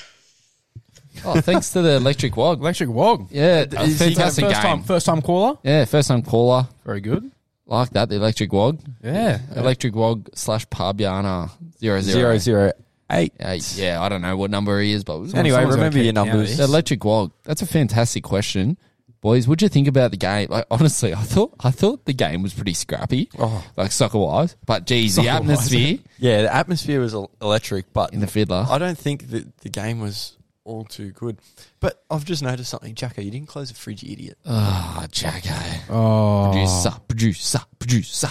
[SPEAKER 1] Oh, thanks to the electric wog.
[SPEAKER 4] Electric Wog.
[SPEAKER 1] Yeah, a fantastic game.
[SPEAKER 4] first Time, first time caller.
[SPEAKER 1] yeah, first time caller.
[SPEAKER 4] Very good.
[SPEAKER 1] Like that, the electric wog.
[SPEAKER 4] Yeah.
[SPEAKER 1] Electric wog slash Parbiana zero
[SPEAKER 3] Zero zero eight.
[SPEAKER 1] Uh, yeah, I don't know what number he is, but it was
[SPEAKER 3] Anyway,
[SPEAKER 4] Someone's gotta
[SPEAKER 3] remember
[SPEAKER 4] keep
[SPEAKER 3] your
[SPEAKER 4] count of
[SPEAKER 3] numbers.
[SPEAKER 1] The electric wog. That's a fantastic question, boys. What'd you think about the game? Like honestly, I thought I thought the game was pretty scrappy,
[SPEAKER 3] Oh.
[SPEAKER 1] like soccer wise. But geez, the
[SPEAKER 4] Soccer-wise.
[SPEAKER 1] atmosphere
[SPEAKER 3] Yeah, the atmosphere was el- electric, but
[SPEAKER 1] in the fiddler.
[SPEAKER 3] I don't think that the game was all too good. But I've just noticed something, Jacko. You didn't close the fridge, you idiot.
[SPEAKER 1] Ah, Jacko,
[SPEAKER 4] Oh.
[SPEAKER 1] producer, producer, producer.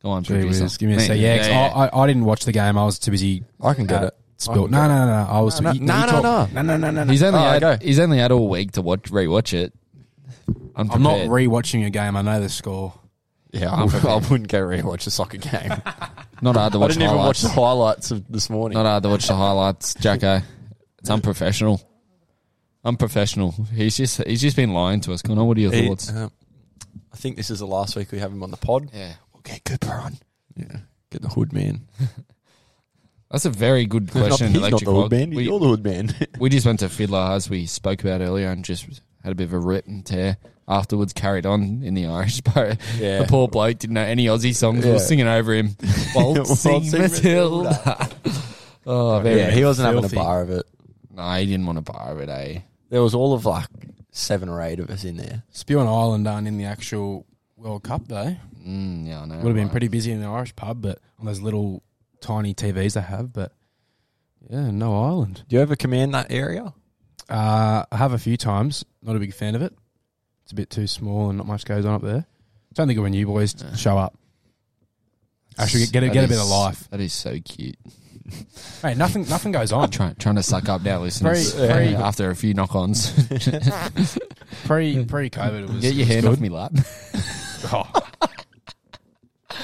[SPEAKER 1] Go on,
[SPEAKER 4] Gee
[SPEAKER 1] producer.
[SPEAKER 4] whiz, Give me a sec. Yeah, oh, 'cause I, I, I didn't watch the game. I was too busy.
[SPEAKER 3] I can get it.
[SPEAKER 4] Spilt. No, no, no, no. I was.
[SPEAKER 3] No,
[SPEAKER 4] too,
[SPEAKER 3] no,
[SPEAKER 4] you
[SPEAKER 3] no,
[SPEAKER 4] talk. no, no, no, no, no.
[SPEAKER 1] He's only
[SPEAKER 3] Oh,
[SPEAKER 1] had,
[SPEAKER 3] go.
[SPEAKER 1] he's only had all week to watch rewatch it.
[SPEAKER 4] I'm not
[SPEAKER 1] Unprepared.
[SPEAKER 4] rewatching a game. I know the score.
[SPEAKER 3] Yeah, I, I wouldn't go rewatch a soccer game. I
[SPEAKER 1] not hard to watch.
[SPEAKER 3] didn't even watch
[SPEAKER 1] highlights.
[SPEAKER 3] the highlights of this morning.
[SPEAKER 1] Not hard to watch the highlights, Jacko. It's unprofessional. Unprofessional. He's just he's just been lying to us. Connor, what are your
[SPEAKER 3] He-
[SPEAKER 1] thoughts?
[SPEAKER 3] uh, I think this is the last week we have him on the pod.
[SPEAKER 1] Yeah.
[SPEAKER 3] We'll get Cooper on. Yeah, get the hood man.
[SPEAKER 1] That's a very good question.
[SPEAKER 3] he's not
[SPEAKER 1] Electric
[SPEAKER 3] the hood
[SPEAKER 1] Wog.
[SPEAKER 3] man.
[SPEAKER 1] We,
[SPEAKER 3] You're the hood man.
[SPEAKER 1] we just went to Fiddler as we spoke about earlier and just had a bit of a rip and tear. Afterwards, carried on in the Irish bar.
[SPEAKER 3] Yeah.
[SPEAKER 1] The poor bloke didn't know any Aussie songs. We were
[SPEAKER 3] Yeah.
[SPEAKER 1] singing over him. Waltzing
[SPEAKER 3] Waltzing
[SPEAKER 1] Matilda. oh, very.
[SPEAKER 3] yeah, he wasn't having
[SPEAKER 4] filthy.
[SPEAKER 3] a bar of it.
[SPEAKER 1] No, he didn't want to borrow it, eh?
[SPEAKER 3] There was all of like seven or eight of us in there.
[SPEAKER 4] Spew and Ireland aren't in the actual World Cup though.
[SPEAKER 1] Mm, yeah, I know.
[SPEAKER 4] Would have been
[SPEAKER 1] right?
[SPEAKER 4] pretty busy in the Irish pub, but on those little tiny TVs they have. But yeah, no Ireland.
[SPEAKER 3] Do you ever command that area?
[SPEAKER 4] Uh, I have a few times. Not a big fan of it. It's a bit too small and not much goes on up there. It's only good when you boys show up. Actually, get, get, a-
[SPEAKER 1] That
[SPEAKER 4] get a bit
[SPEAKER 1] is-
[SPEAKER 4] of life.
[SPEAKER 1] That is so cute.
[SPEAKER 4] Hey, nothing nothing goes on.
[SPEAKER 1] Trying trying to suck up now, listeners.
[SPEAKER 4] Very- very
[SPEAKER 1] Yeah,
[SPEAKER 4] good.
[SPEAKER 1] after a few knock-ons,
[SPEAKER 4] Pre pre COVID, it was
[SPEAKER 1] get your hand off me lap.
[SPEAKER 4] Oh,
[SPEAKER 1] All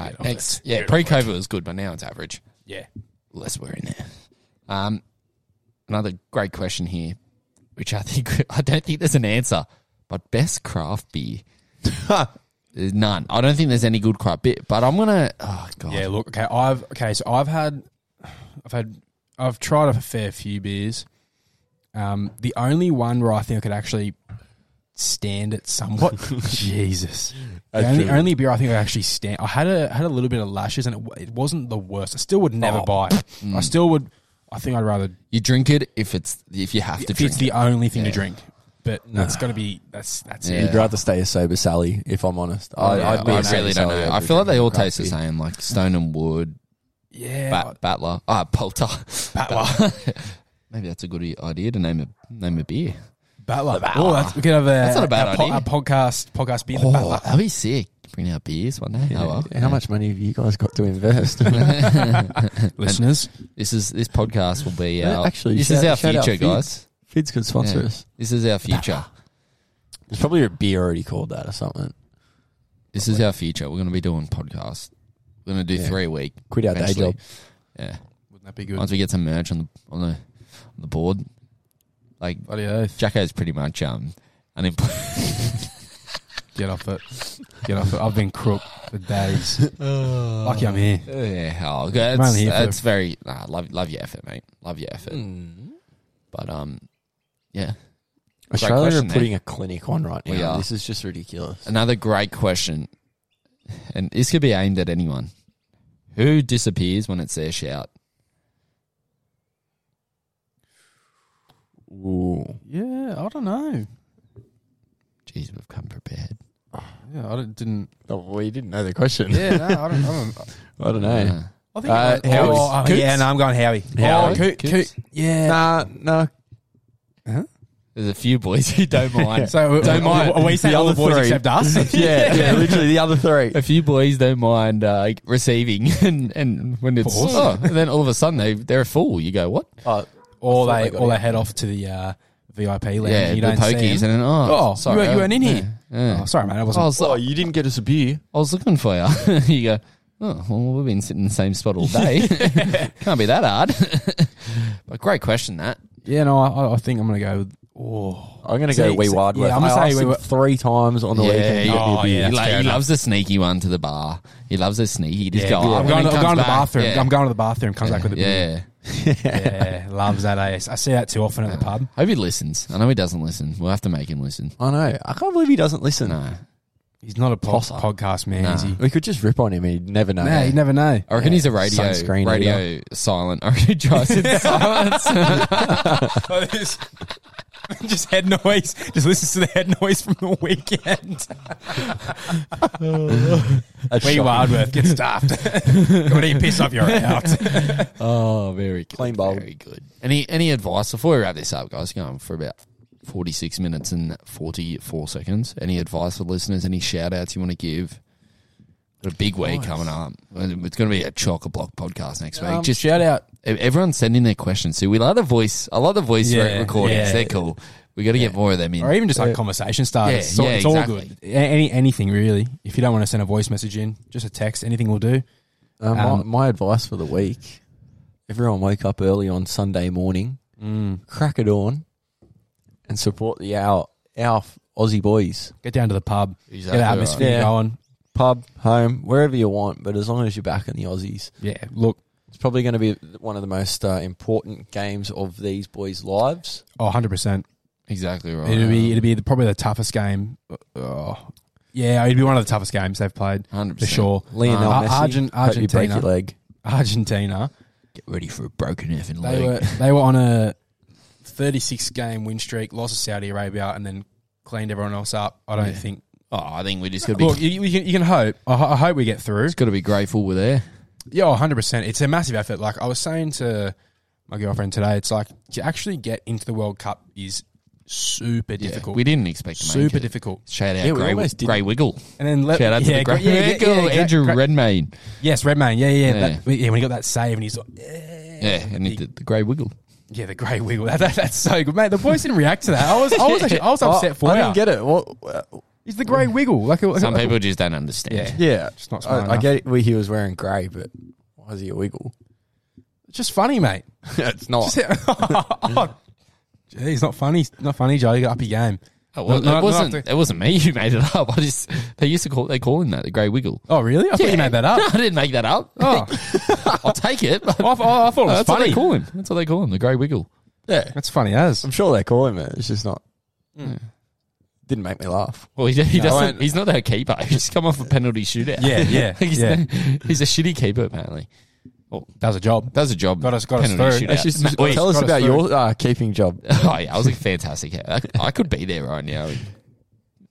[SPEAKER 1] right, next. Yeah, pre-COVID was good, but now it's average.
[SPEAKER 4] yeah.
[SPEAKER 1] unless we're in there. Um, another great question here, which I think I don't think there's an answer, but best craft beer. There's none. I don't think there's any good craft beer, but I'm gonna. Oh god,
[SPEAKER 4] Yeah, look, okay, I've okay, so I've had, I've had, I've tried a fair few beers. Um, the only one where I think I could actually stand it somewhat, Jesus. The
[SPEAKER 3] That's
[SPEAKER 4] only,
[SPEAKER 3] true.
[SPEAKER 4] only beer I think I actually stand. I had a had a little bit of lashes, and it, wa- it wasn't the worst. I still would never
[SPEAKER 3] Oh.
[SPEAKER 4] buy. It.
[SPEAKER 1] Mm.
[SPEAKER 4] I still would. I think I'd rather
[SPEAKER 1] you drink it if it's if you have to
[SPEAKER 4] if
[SPEAKER 1] drink.
[SPEAKER 4] it's the only thing
[SPEAKER 1] Yeah.
[SPEAKER 4] to drink. But that's got to be that's that's
[SPEAKER 1] Yeah. Oh,
[SPEAKER 4] it.
[SPEAKER 3] You'd rather stay a sober Sally, if I'm honest. I,
[SPEAKER 1] it. Yeah,
[SPEAKER 3] I'd be
[SPEAKER 1] I
[SPEAKER 3] a sober
[SPEAKER 1] really don't
[SPEAKER 3] Sally
[SPEAKER 1] know.
[SPEAKER 3] over
[SPEAKER 1] I feel like they
[SPEAKER 3] drinking
[SPEAKER 1] all
[SPEAKER 3] craft
[SPEAKER 1] taste the
[SPEAKER 3] beer.
[SPEAKER 1] same, like Stone and Wood,
[SPEAKER 4] Yeah,
[SPEAKER 1] Bat, Battler, ah, Polter, Maybe that's a good idea to name a name a beer.
[SPEAKER 4] Battler. Oh, that's, we could have a,
[SPEAKER 1] That's not a bad
[SPEAKER 4] a, po-
[SPEAKER 1] idea.
[SPEAKER 4] a podcast podcast beer. the
[SPEAKER 1] Oh,
[SPEAKER 4] Battler.
[SPEAKER 1] that'd be sick. Bring out beers one day. Oh, well.
[SPEAKER 3] Yeah, How much money have you guys got to invest?
[SPEAKER 4] listeners.
[SPEAKER 1] This is this podcast will be
[SPEAKER 3] Yeah,
[SPEAKER 1] our
[SPEAKER 3] actually,
[SPEAKER 1] this
[SPEAKER 3] shout-
[SPEAKER 1] is our
[SPEAKER 3] shout out
[SPEAKER 1] future,
[SPEAKER 3] Fids.
[SPEAKER 1] guys.
[SPEAKER 3] Fids could sponsor
[SPEAKER 1] Yeah.
[SPEAKER 3] us.
[SPEAKER 1] This is our future.
[SPEAKER 3] There's probably a beer already called that or something.
[SPEAKER 1] This is our future. We're going to be doing podcasts. We're going to do
[SPEAKER 3] Yeah.
[SPEAKER 1] three a week.
[SPEAKER 3] Quit our day
[SPEAKER 1] eventually.
[SPEAKER 3] job.
[SPEAKER 1] Yeah.
[SPEAKER 4] Wouldn't that be good?
[SPEAKER 1] Once we get some merch on the on the on the board, like
[SPEAKER 4] Bloody oath.
[SPEAKER 1] Jacko's pretty much um unemployed.
[SPEAKER 4] Get off it. Get off it. I've been crook for days. Lucky I'm here.
[SPEAKER 1] Yeah, oh, that's,
[SPEAKER 4] only here for-
[SPEAKER 1] that's very. Nah, love love your effort, mate. Love your effort. But um, yeah,
[SPEAKER 3] Australia are
[SPEAKER 1] question there.
[SPEAKER 3] putting a clinic on right
[SPEAKER 1] We
[SPEAKER 3] now.
[SPEAKER 1] are.
[SPEAKER 3] This is just ridiculous.
[SPEAKER 1] another great question, and this could be aimed at anyone. Who disappears when it's their shout?
[SPEAKER 3] Ooh.
[SPEAKER 4] Yeah, I don't know.
[SPEAKER 1] Jeez, we've come prepared.
[SPEAKER 4] Yeah, I don't- didn't.
[SPEAKER 3] Oh, well, you didn't know the question.
[SPEAKER 4] Yeah, no, I don't. I, don't,
[SPEAKER 3] I don't know.
[SPEAKER 1] Uh,
[SPEAKER 4] I think.
[SPEAKER 3] Uh,
[SPEAKER 4] I,
[SPEAKER 3] Howie.
[SPEAKER 4] oh, oh,
[SPEAKER 3] Coots?
[SPEAKER 4] yeah, no, I'm going Howie.
[SPEAKER 3] Howie?
[SPEAKER 4] Oh, Coot,
[SPEAKER 1] Coots?
[SPEAKER 4] Coot. Yeah.
[SPEAKER 3] Nah, no.
[SPEAKER 1] there's a few boys who don't mind.
[SPEAKER 4] So
[SPEAKER 1] Don't mind.
[SPEAKER 4] Are we saying
[SPEAKER 1] The
[SPEAKER 4] all the
[SPEAKER 1] other
[SPEAKER 4] boys
[SPEAKER 1] three.
[SPEAKER 4] except us?
[SPEAKER 3] Yeah, yeah, literally the other three.
[SPEAKER 1] a few boys don't mind uh, receiving, and, and when it's
[SPEAKER 4] Pause.
[SPEAKER 1] oh, and then all of a sudden they they're a fool. You go what?
[SPEAKER 3] Oh,
[SPEAKER 4] or
[SPEAKER 3] I thought
[SPEAKER 4] they,
[SPEAKER 3] they got
[SPEAKER 4] or they
[SPEAKER 3] in.
[SPEAKER 4] head off to the uh, VIP lounge.
[SPEAKER 1] yeah,
[SPEAKER 4] and you
[SPEAKER 1] the
[SPEAKER 4] don't see
[SPEAKER 1] pokies, and
[SPEAKER 4] them.
[SPEAKER 1] then oh,
[SPEAKER 4] Oh,
[SPEAKER 1] sorry,
[SPEAKER 4] you, weren't- you weren't in here.
[SPEAKER 1] Yeah.
[SPEAKER 4] Oh, sorry, man, I
[SPEAKER 1] I
[SPEAKER 4] wasn't.
[SPEAKER 1] was,
[SPEAKER 3] oh, you didn't get us a beer.
[SPEAKER 1] I was looking for you. you go, oh, well, we've been sitting in the same spot all day. Can't be that hard. but great question, that.
[SPEAKER 4] yeah, no, I- I, I think I'm gonna go. With, oh,
[SPEAKER 3] I'm going to
[SPEAKER 4] See,
[SPEAKER 3] go Wee
[SPEAKER 4] see-
[SPEAKER 3] Wildworth.
[SPEAKER 4] yeah, I'm gonna
[SPEAKER 3] I
[SPEAKER 4] say
[SPEAKER 3] asked
[SPEAKER 4] Wee
[SPEAKER 3] him
[SPEAKER 4] Wa-
[SPEAKER 3] three times on the weekend.
[SPEAKER 1] he,
[SPEAKER 3] to get me a beer.
[SPEAKER 4] oh, yeah,
[SPEAKER 1] he,
[SPEAKER 4] that's
[SPEAKER 1] lo-
[SPEAKER 4] fair
[SPEAKER 1] he
[SPEAKER 4] enough.
[SPEAKER 1] loves the sneaky one to the bar. He loves the sneaky. He just
[SPEAKER 4] yeah,
[SPEAKER 1] go,
[SPEAKER 4] yeah.
[SPEAKER 1] oh,
[SPEAKER 4] I'm
[SPEAKER 1] and
[SPEAKER 4] going,
[SPEAKER 1] he
[SPEAKER 4] I'm
[SPEAKER 1] comes
[SPEAKER 4] going to the
[SPEAKER 1] back.
[SPEAKER 4] bathroom.
[SPEAKER 1] Yeah.
[SPEAKER 4] I'm going to the bathroom. Comes back with a beer.
[SPEAKER 1] Yeah.
[SPEAKER 4] Yeah, loves that. Eh? I see that too often at the pub.
[SPEAKER 1] Hope he listens. I know he doesn't listen. We'll have to make him listen.
[SPEAKER 3] I know. I can't believe he doesn't listen.
[SPEAKER 1] No.
[SPEAKER 4] He's not a po-
[SPEAKER 3] Tosser.
[SPEAKER 4] podcast man,
[SPEAKER 1] Nah.
[SPEAKER 4] is he?
[SPEAKER 3] We could just rip on him. He'd never know.
[SPEAKER 4] Nah, you never know.
[SPEAKER 1] I reckon he's a radio
[SPEAKER 3] sunscreen
[SPEAKER 1] radio silent. I reckon he drives in silence.
[SPEAKER 4] just head noise. Just listens to the head noise from the weekend.
[SPEAKER 3] That's
[SPEAKER 4] Wee
[SPEAKER 3] shocking.
[SPEAKER 4] Wildworth, get stuffed. Got to piss off your out.
[SPEAKER 1] Oh, very good.
[SPEAKER 3] Clean bowl.
[SPEAKER 1] Very good. Any any advice before we wrap this up, guys? Going for about forty six minutes and forty four seconds. Any advice for listeners? Any shout outs you want to give? Got a big week coming up. It's going to be a chock a block podcast next week.
[SPEAKER 4] Um,
[SPEAKER 1] Just e-,
[SPEAKER 4] shout out.
[SPEAKER 1] everyone send in their questions too. We like the voice. I love the voice
[SPEAKER 4] Yeah,
[SPEAKER 1] re- recordings.
[SPEAKER 4] yeah.
[SPEAKER 1] They're cool. We got to get more of them in.
[SPEAKER 4] Or even just like conversation starters.
[SPEAKER 1] Yeah,
[SPEAKER 4] so
[SPEAKER 1] yeah,
[SPEAKER 4] it's all
[SPEAKER 1] exactly.
[SPEAKER 4] good. A- Any anything really. If you don't want to send a voice message in, just a text. Anything will do.
[SPEAKER 3] Uh, my,
[SPEAKER 4] Um,
[SPEAKER 3] my advice for the week: everyone wake up early on Sunday morning, crack it on, and support the our our Aussie boys.
[SPEAKER 4] Get down to the pub.
[SPEAKER 1] Exactly
[SPEAKER 4] get
[SPEAKER 1] right.
[SPEAKER 4] our atmosphere
[SPEAKER 3] Yeah.
[SPEAKER 4] going.
[SPEAKER 3] Pub, home, wherever you want, but as long as you're back in the Aussies,
[SPEAKER 4] Yeah. Look.
[SPEAKER 3] it's probably going to be one of the most uh, important games of these boys' lives.
[SPEAKER 4] Oh, 100 percent.
[SPEAKER 1] Exactly right.
[SPEAKER 4] It'll be it'll be the, probably the toughest game. Oh. Yeah, it'd be one of the toughest games they've played
[SPEAKER 1] 100%.
[SPEAKER 4] for sure.
[SPEAKER 3] Lionel
[SPEAKER 4] Uh,
[SPEAKER 3] Messi,
[SPEAKER 4] Argent-
[SPEAKER 3] hope you break
[SPEAKER 4] Argentina.
[SPEAKER 3] your leg.
[SPEAKER 4] Argentina.
[SPEAKER 1] Get ready for a broken effing
[SPEAKER 4] They were
[SPEAKER 1] league.
[SPEAKER 4] they were on a 36 game win streak, lost to Saudi Arabia, and then cleaned everyone else up. I don't think.
[SPEAKER 1] Oh, I think we just got to
[SPEAKER 4] Look,
[SPEAKER 1] be.
[SPEAKER 4] you, you, can, you can hope. I, ho- I hope we get through.
[SPEAKER 1] Just got to be grateful we're there.
[SPEAKER 4] Yeah, one hundred percent. It's a massive effort. Like I was saying to my girlfriend today, it's like to actually get into the World Cup is super
[SPEAKER 1] Yeah,
[SPEAKER 4] difficult.
[SPEAKER 1] we didn't expect to make
[SPEAKER 4] super
[SPEAKER 1] it.
[SPEAKER 4] difficult.
[SPEAKER 1] Shout out
[SPEAKER 3] Yeah, we
[SPEAKER 1] Grey,
[SPEAKER 3] almost didn't.
[SPEAKER 1] Grey Wiggle.
[SPEAKER 4] And then let,
[SPEAKER 1] Shout out to
[SPEAKER 4] Uh, yeah,
[SPEAKER 1] the Grey
[SPEAKER 4] yeah, yeah,
[SPEAKER 1] Wiggle,
[SPEAKER 4] yeah, yeah,
[SPEAKER 1] Andrew
[SPEAKER 4] Gra-
[SPEAKER 1] Redmayne.
[SPEAKER 4] Yes, Redmayne. Yeah, yeah,
[SPEAKER 1] Yeah.
[SPEAKER 4] yeah. That, yeah. When he got that save, and he's like,
[SPEAKER 1] Yeah, and he did the Grey Wiggle.
[SPEAKER 4] yeah, the Grey Wiggle. That, that, that's so good, mate. The boys didn't react to that. I was, I was, actually, I was upset
[SPEAKER 3] Oh,
[SPEAKER 4] for
[SPEAKER 3] I
[SPEAKER 4] you.
[SPEAKER 3] didn't get it. What? uh,
[SPEAKER 4] He's the Grey Wiggle. Like, a- like
[SPEAKER 1] Some
[SPEAKER 4] a-
[SPEAKER 1] people just don't understand.
[SPEAKER 3] Yeah,
[SPEAKER 4] Just not smart
[SPEAKER 3] I, I
[SPEAKER 4] enough.
[SPEAKER 3] get it. Well, he was wearing grey, but why is he a wiggle?
[SPEAKER 4] It's just funny, mate.
[SPEAKER 3] it's not.
[SPEAKER 4] Just- oh, gee, it's not funny. Not funny, Joe. You got up your game.
[SPEAKER 1] Oh, well,
[SPEAKER 4] No, no,
[SPEAKER 1] it wasn't.
[SPEAKER 4] no, I think-
[SPEAKER 1] it wasn't me who made it up. I just they used to call they call him that the Grey Wiggle.
[SPEAKER 4] Oh, really? I thought you made that up.
[SPEAKER 1] No, I didn't make that up.
[SPEAKER 4] Oh.
[SPEAKER 1] I'll take it. But
[SPEAKER 4] I, I- I thought it was
[SPEAKER 1] that's what
[SPEAKER 4] funny.
[SPEAKER 1] they call him. That's what they call him, the Grey Wiggle.
[SPEAKER 3] Yeah,
[SPEAKER 4] That's funny as.
[SPEAKER 3] I'm sure they call him it. It's just not. Hmm. Didn't make me laugh.
[SPEAKER 1] Well, he, he
[SPEAKER 3] No, I
[SPEAKER 1] doesn't.
[SPEAKER 3] won't.
[SPEAKER 1] He's not our keeper. He's come off a penalty shootout.
[SPEAKER 4] Yeah, yeah,
[SPEAKER 1] he's,
[SPEAKER 4] yeah.
[SPEAKER 1] he's a shitty keeper apparently.
[SPEAKER 4] That was a job.
[SPEAKER 1] Does a job.
[SPEAKER 4] Got us- got us
[SPEAKER 1] penalty
[SPEAKER 4] through.
[SPEAKER 1] shootout.
[SPEAKER 4] That's
[SPEAKER 3] Just, just
[SPEAKER 1] Wait.
[SPEAKER 3] tell us
[SPEAKER 4] got us
[SPEAKER 3] about your uh, keeping job.
[SPEAKER 1] oh yeah, I was a fantastic. keeper. I, I could be there right now,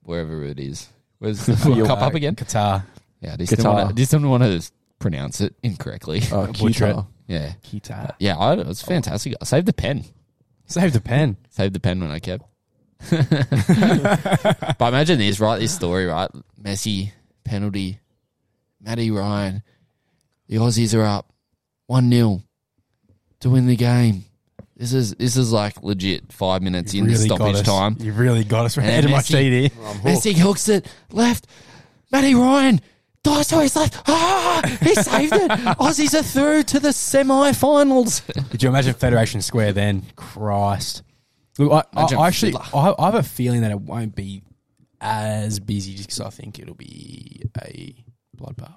[SPEAKER 1] wherever it is. Where's the World Cup up again?
[SPEAKER 4] Qatar.
[SPEAKER 1] Yeah, just didn't
[SPEAKER 3] Guitar.
[SPEAKER 1] want to, just didn't want to pronounce it incorrectly.
[SPEAKER 3] Oh,
[SPEAKER 4] butcher
[SPEAKER 3] Qatar.
[SPEAKER 1] Yeah,
[SPEAKER 4] Qatar.
[SPEAKER 1] yeah, I, it was fantastic. I saved the pen.
[SPEAKER 4] Save the pen.
[SPEAKER 1] Saved the pen when I kept. but imagine this, right? This story, right? Messi penalty, Matty Ryan, the Aussies are up one 0 to win the game. This is this is like legit five minutes in the stoppage time.
[SPEAKER 4] You really got us right
[SPEAKER 1] And
[SPEAKER 4] out of my
[SPEAKER 1] Messi-
[SPEAKER 4] CD.
[SPEAKER 1] Messi hooks it left. Matty Ryan dives to his left. Ah, he saved it. Aussies are through to the semi-finals.
[SPEAKER 4] Could you imagine Federation Square then? Christ. Look, I, I,
[SPEAKER 1] Imagine
[SPEAKER 4] I actually,
[SPEAKER 1] Fiddler.
[SPEAKER 4] I, I have a feeling that it won't be as busy just because I think it'll be a bloodbath.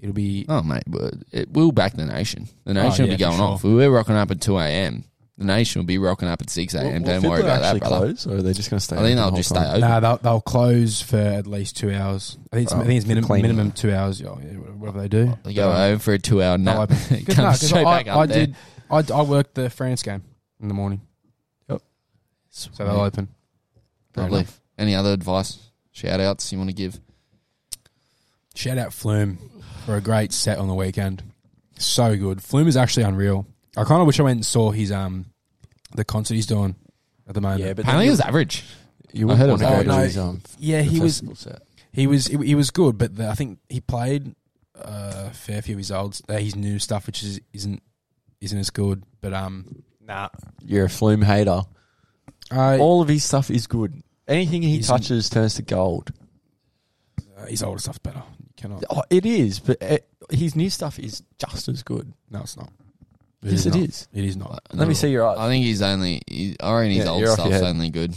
[SPEAKER 4] It'll be
[SPEAKER 1] Oh mate, but it will back the nation. The nation will
[SPEAKER 4] Oh, yeah,
[SPEAKER 1] be going
[SPEAKER 4] for sure.
[SPEAKER 1] off. If we're rocking up at two a.m. The nation will be rocking up at six a.m. Don't worry about that, brother.
[SPEAKER 3] Close, or are they just going to stay?
[SPEAKER 1] I think
[SPEAKER 3] open the
[SPEAKER 1] they'll
[SPEAKER 3] whole
[SPEAKER 1] just
[SPEAKER 3] time?
[SPEAKER 1] stay open.
[SPEAKER 4] No, they'll, they'll close for at least two hours. I think it's,
[SPEAKER 3] Oh,
[SPEAKER 4] I think it's minimum,
[SPEAKER 3] cleaning.
[SPEAKER 4] minimum two hours. Oh, yeah, whatever they do.
[SPEAKER 1] They go home for a two-hour
[SPEAKER 4] They'll
[SPEAKER 1] nap.
[SPEAKER 4] open. 'Cause
[SPEAKER 1] Come
[SPEAKER 4] no, 'cause
[SPEAKER 1] straight
[SPEAKER 4] I,
[SPEAKER 1] back up
[SPEAKER 4] I
[SPEAKER 1] there.
[SPEAKER 4] did. I, I worked the France game in the morning, so
[SPEAKER 1] Mm.
[SPEAKER 4] they'll open.
[SPEAKER 3] Fair
[SPEAKER 1] Lovely.
[SPEAKER 3] enough.
[SPEAKER 1] Any other advice, shout outs you want to give?
[SPEAKER 4] Shout out Flume for a great set on the weekend. So good. Flume is actually unreal. I kind of wish I went and saw his um the concert he's doing at the moment.
[SPEAKER 3] Yeah, but then
[SPEAKER 1] Apparently, it
[SPEAKER 3] you,
[SPEAKER 1] was average.
[SPEAKER 3] you
[SPEAKER 1] I heard
[SPEAKER 3] wouldn't want
[SPEAKER 1] it
[SPEAKER 3] to
[SPEAKER 1] was
[SPEAKER 3] go
[SPEAKER 1] good.
[SPEAKER 3] to his um.
[SPEAKER 4] yeah,
[SPEAKER 3] the
[SPEAKER 4] he was
[SPEAKER 3] festival set.
[SPEAKER 4] he was he, he was good, but the, I think he played uh, a fair few of his old uh, his new stuff, which is isn't isn't as good. But um, nah,
[SPEAKER 3] You're a flume hater.
[SPEAKER 4] uh,
[SPEAKER 3] All of his stuff is good. Anything he
[SPEAKER 4] He's-
[SPEAKER 3] touches turns to gold.
[SPEAKER 4] uh, his older stuff's better. You cannot.
[SPEAKER 3] Oh, it is, but eh, his new stuff is just as good.
[SPEAKER 4] No, it's not.
[SPEAKER 3] Yes, it
[SPEAKER 4] not.
[SPEAKER 3] is.
[SPEAKER 4] It is not.
[SPEAKER 3] Let me see your eyes.
[SPEAKER 1] I think he's only. He, I reckon his
[SPEAKER 3] Yeah,
[SPEAKER 1] old
[SPEAKER 3] you're off your
[SPEAKER 1] stuff's
[SPEAKER 3] head.
[SPEAKER 1] only good.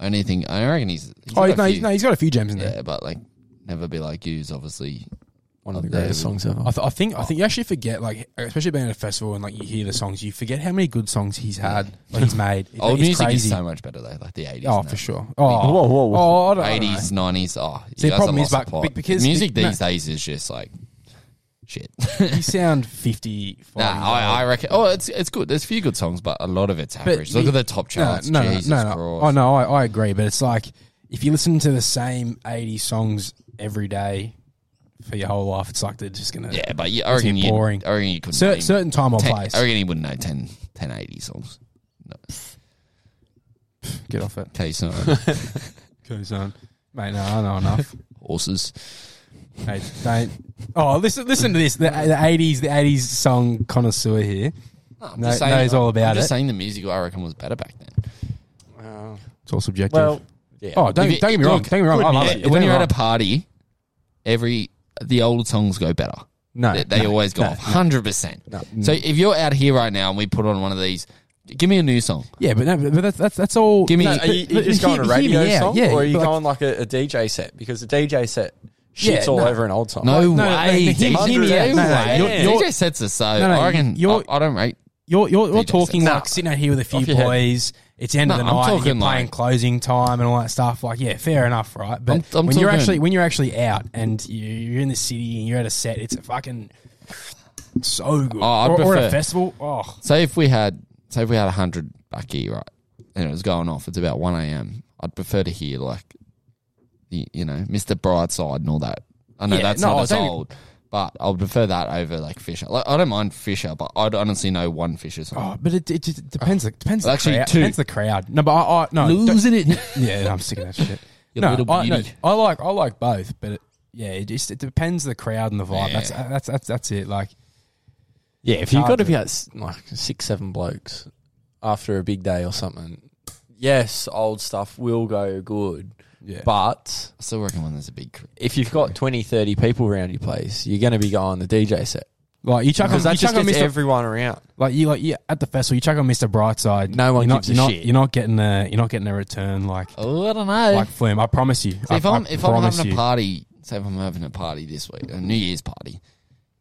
[SPEAKER 1] Only thing I reckon he's. he's
[SPEAKER 4] Oh
[SPEAKER 1] got a
[SPEAKER 4] no,
[SPEAKER 1] few-
[SPEAKER 4] he's, no, he's got a few gems in there.
[SPEAKER 1] yeah, but like never be like you's obviously.
[SPEAKER 3] One of the
[SPEAKER 1] Yeah,
[SPEAKER 3] greatest
[SPEAKER 1] but-
[SPEAKER 3] songs ever.
[SPEAKER 4] I, th- I think
[SPEAKER 1] Oh.
[SPEAKER 4] I think you actually forget like especially being at a festival and like you hear the songs you forget how many good songs he's had like he's made. It-
[SPEAKER 1] Old
[SPEAKER 4] it's
[SPEAKER 1] music
[SPEAKER 4] crazy.
[SPEAKER 1] is so much better though, like the eighties.
[SPEAKER 4] oh, for sure. Oh,
[SPEAKER 3] Whoa, whoa, whoa.
[SPEAKER 4] oh, I don't, I don't know.
[SPEAKER 1] Eighties, nineties. Oh, you
[SPEAKER 4] See, the
[SPEAKER 1] guys
[SPEAKER 4] problem
[SPEAKER 1] have
[SPEAKER 4] is,
[SPEAKER 1] lost the
[SPEAKER 4] but-
[SPEAKER 1] plot.
[SPEAKER 4] because-
[SPEAKER 1] music
[SPEAKER 4] be-
[SPEAKER 1] these days is just like shit.
[SPEAKER 4] You sound fifty.
[SPEAKER 1] Nah, I, I reckon. Oh, it's it's good. There's a few good songs, but a lot of it's average. Look at the top charts.
[SPEAKER 4] No, no,
[SPEAKER 1] Jesus
[SPEAKER 4] no, no.
[SPEAKER 1] Christ.
[SPEAKER 4] Oh no, I, I agree, but it's like if you listen to the same eighty songs every day for your whole life, it's like they're just gonna
[SPEAKER 1] Yeah, but you, I reckon you.
[SPEAKER 4] boring.
[SPEAKER 1] I reckon you could.
[SPEAKER 4] Cer- certain time or
[SPEAKER 1] ten,
[SPEAKER 4] place.
[SPEAKER 1] I reckon he wouldn't know 10, 1080 songs. No.
[SPEAKER 4] Get off it,
[SPEAKER 1] Okay, so uh,
[SPEAKER 4] Go, son. mate. No, I know enough.
[SPEAKER 1] horses.
[SPEAKER 4] Hey, don't. Oh, listen, listen to this. The the eighties, the eighties song connoisseur here.
[SPEAKER 1] I'm
[SPEAKER 4] No-
[SPEAKER 1] just saying-
[SPEAKER 4] knows all about
[SPEAKER 1] I'm just
[SPEAKER 4] it.
[SPEAKER 1] saying the music I reckon was better back then.
[SPEAKER 4] It's all subjective.
[SPEAKER 3] well, yeah.
[SPEAKER 4] oh, don't,
[SPEAKER 1] If you-
[SPEAKER 4] don't get me
[SPEAKER 1] look,
[SPEAKER 4] wrong. Don't get me wrong. I love
[SPEAKER 1] Yeah,
[SPEAKER 4] it. Don't
[SPEAKER 1] when
[SPEAKER 4] get
[SPEAKER 1] you're
[SPEAKER 4] me
[SPEAKER 1] at a
[SPEAKER 4] wrong.
[SPEAKER 1] party, every the old songs go better.
[SPEAKER 4] No,
[SPEAKER 1] they, they
[SPEAKER 4] no,
[SPEAKER 1] always go
[SPEAKER 4] no,
[SPEAKER 1] off hundred percent.
[SPEAKER 3] No.
[SPEAKER 1] So if you're out here right now and we put on one of these, give me a new song.
[SPEAKER 4] yeah, but no, but that's that's that's all.
[SPEAKER 1] Give me-
[SPEAKER 4] No,
[SPEAKER 1] Are
[SPEAKER 3] Are you,
[SPEAKER 4] but- but
[SPEAKER 3] just going
[SPEAKER 4] hear-
[SPEAKER 3] a radio
[SPEAKER 4] hear me out,
[SPEAKER 3] song,
[SPEAKER 4] yeah,
[SPEAKER 3] or are you
[SPEAKER 4] but like-
[SPEAKER 3] going like a, a DJ set? Because a DJ set shits
[SPEAKER 4] Yeah,
[SPEAKER 3] all
[SPEAKER 4] no.
[SPEAKER 3] over an old song.
[SPEAKER 1] No
[SPEAKER 4] no, no,
[SPEAKER 1] way,
[SPEAKER 4] no, hear-
[SPEAKER 1] DJ,
[SPEAKER 3] hear me out. No,
[SPEAKER 1] no
[SPEAKER 3] no,
[SPEAKER 1] way.
[SPEAKER 3] you're-
[SPEAKER 1] DJ
[SPEAKER 4] you're-
[SPEAKER 1] sets are so.
[SPEAKER 4] No, no,
[SPEAKER 1] I reckon
[SPEAKER 4] you're-
[SPEAKER 1] I, I don't rate.
[SPEAKER 4] You're you're, you're
[SPEAKER 1] DJ
[SPEAKER 4] talking
[SPEAKER 1] sets.
[SPEAKER 4] like sitting out here with a few
[SPEAKER 3] Off your head.
[SPEAKER 4] boys. It's the end of
[SPEAKER 1] No,
[SPEAKER 4] the
[SPEAKER 1] I'm
[SPEAKER 4] night. You're
[SPEAKER 1] talking
[SPEAKER 4] playing
[SPEAKER 1] like-
[SPEAKER 4] closing time and all that stuff. Like, yeah, fair enough, right? But
[SPEAKER 1] I'm- I'm
[SPEAKER 4] when you're
[SPEAKER 1] talking-
[SPEAKER 4] actually when you're actually out and you- you're in the city and you're at a set, it's a fucking so good.
[SPEAKER 1] Oh, I'd
[SPEAKER 4] or, or at
[SPEAKER 1] prefer-
[SPEAKER 4] a festival. Oh,
[SPEAKER 1] Say if we had, say if we had hundred back here, right, and it was going off. It's about one a.m. I'd prefer to hear like, the, you know, Mr. Brightside and all that. I know
[SPEAKER 4] Yeah,
[SPEAKER 1] that's
[SPEAKER 4] no,
[SPEAKER 1] not
[SPEAKER 4] I
[SPEAKER 1] as
[SPEAKER 4] don't-
[SPEAKER 1] old, but I would prefer that over like Fisher. Like, I don't mind Fisher, but I'd honestly know one Fisher song.
[SPEAKER 4] oh, but it, it, just depends. It depends. the
[SPEAKER 1] Actually,
[SPEAKER 4] crowd,
[SPEAKER 1] two.
[SPEAKER 4] depends the crowd. No, but I, I no don't-
[SPEAKER 1] Losing it.
[SPEAKER 4] Yeah, I'm sick of that shit.
[SPEAKER 1] You
[SPEAKER 4] no,
[SPEAKER 1] little
[SPEAKER 4] I, no,
[SPEAKER 1] beauty.
[SPEAKER 4] I like I like both, but it, yeah, it just it depends the crowd and the vibe. That's
[SPEAKER 1] Yeah.
[SPEAKER 4] that's that's that's it. Like
[SPEAKER 3] Yeah, if you've
[SPEAKER 4] hard
[SPEAKER 3] got to
[SPEAKER 4] to-
[SPEAKER 3] be at s- like six, seven blokes after a big day or something, yes, old stuff will go good.
[SPEAKER 4] Yeah.
[SPEAKER 3] But
[SPEAKER 1] I still reckon when there's a big. cr-
[SPEAKER 3] if you've got 20, 30 people around your place, you're going to be going the DJ set.
[SPEAKER 4] like you chuck on,
[SPEAKER 3] Because
[SPEAKER 4] you
[SPEAKER 3] that just
[SPEAKER 4] chuck on
[SPEAKER 3] gets
[SPEAKER 4] Mr.
[SPEAKER 3] everyone around.
[SPEAKER 4] like you like you at the festival you chuck on Mr. Brightside.
[SPEAKER 3] No one
[SPEAKER 4] you're
[SPEAKER 3] gives
[SPEAKER 4] not,
[SPEAKER 3] a
[SPEAKER 4] you're
[SPEAKER 3] shit.
[SPEAKER 4] Not, you're not getting a you're not getting a return like
[SPEAKER 1] Oh, I don't know.
[SPEAKER 4] like Flim. I promise you.
[SPEAKER 1] So if
[SPEAKER 4] I,
[SPEAKER 1] I'm
[SPEAKER 4] I
[SPEAKER 1] if I'm
[SPEAKER 4] promise
[SPEAKER 1] having a
[SPEAKER 4] you.
[SPEAKER 1] party, say if I'm having a party this week, a New Year's party,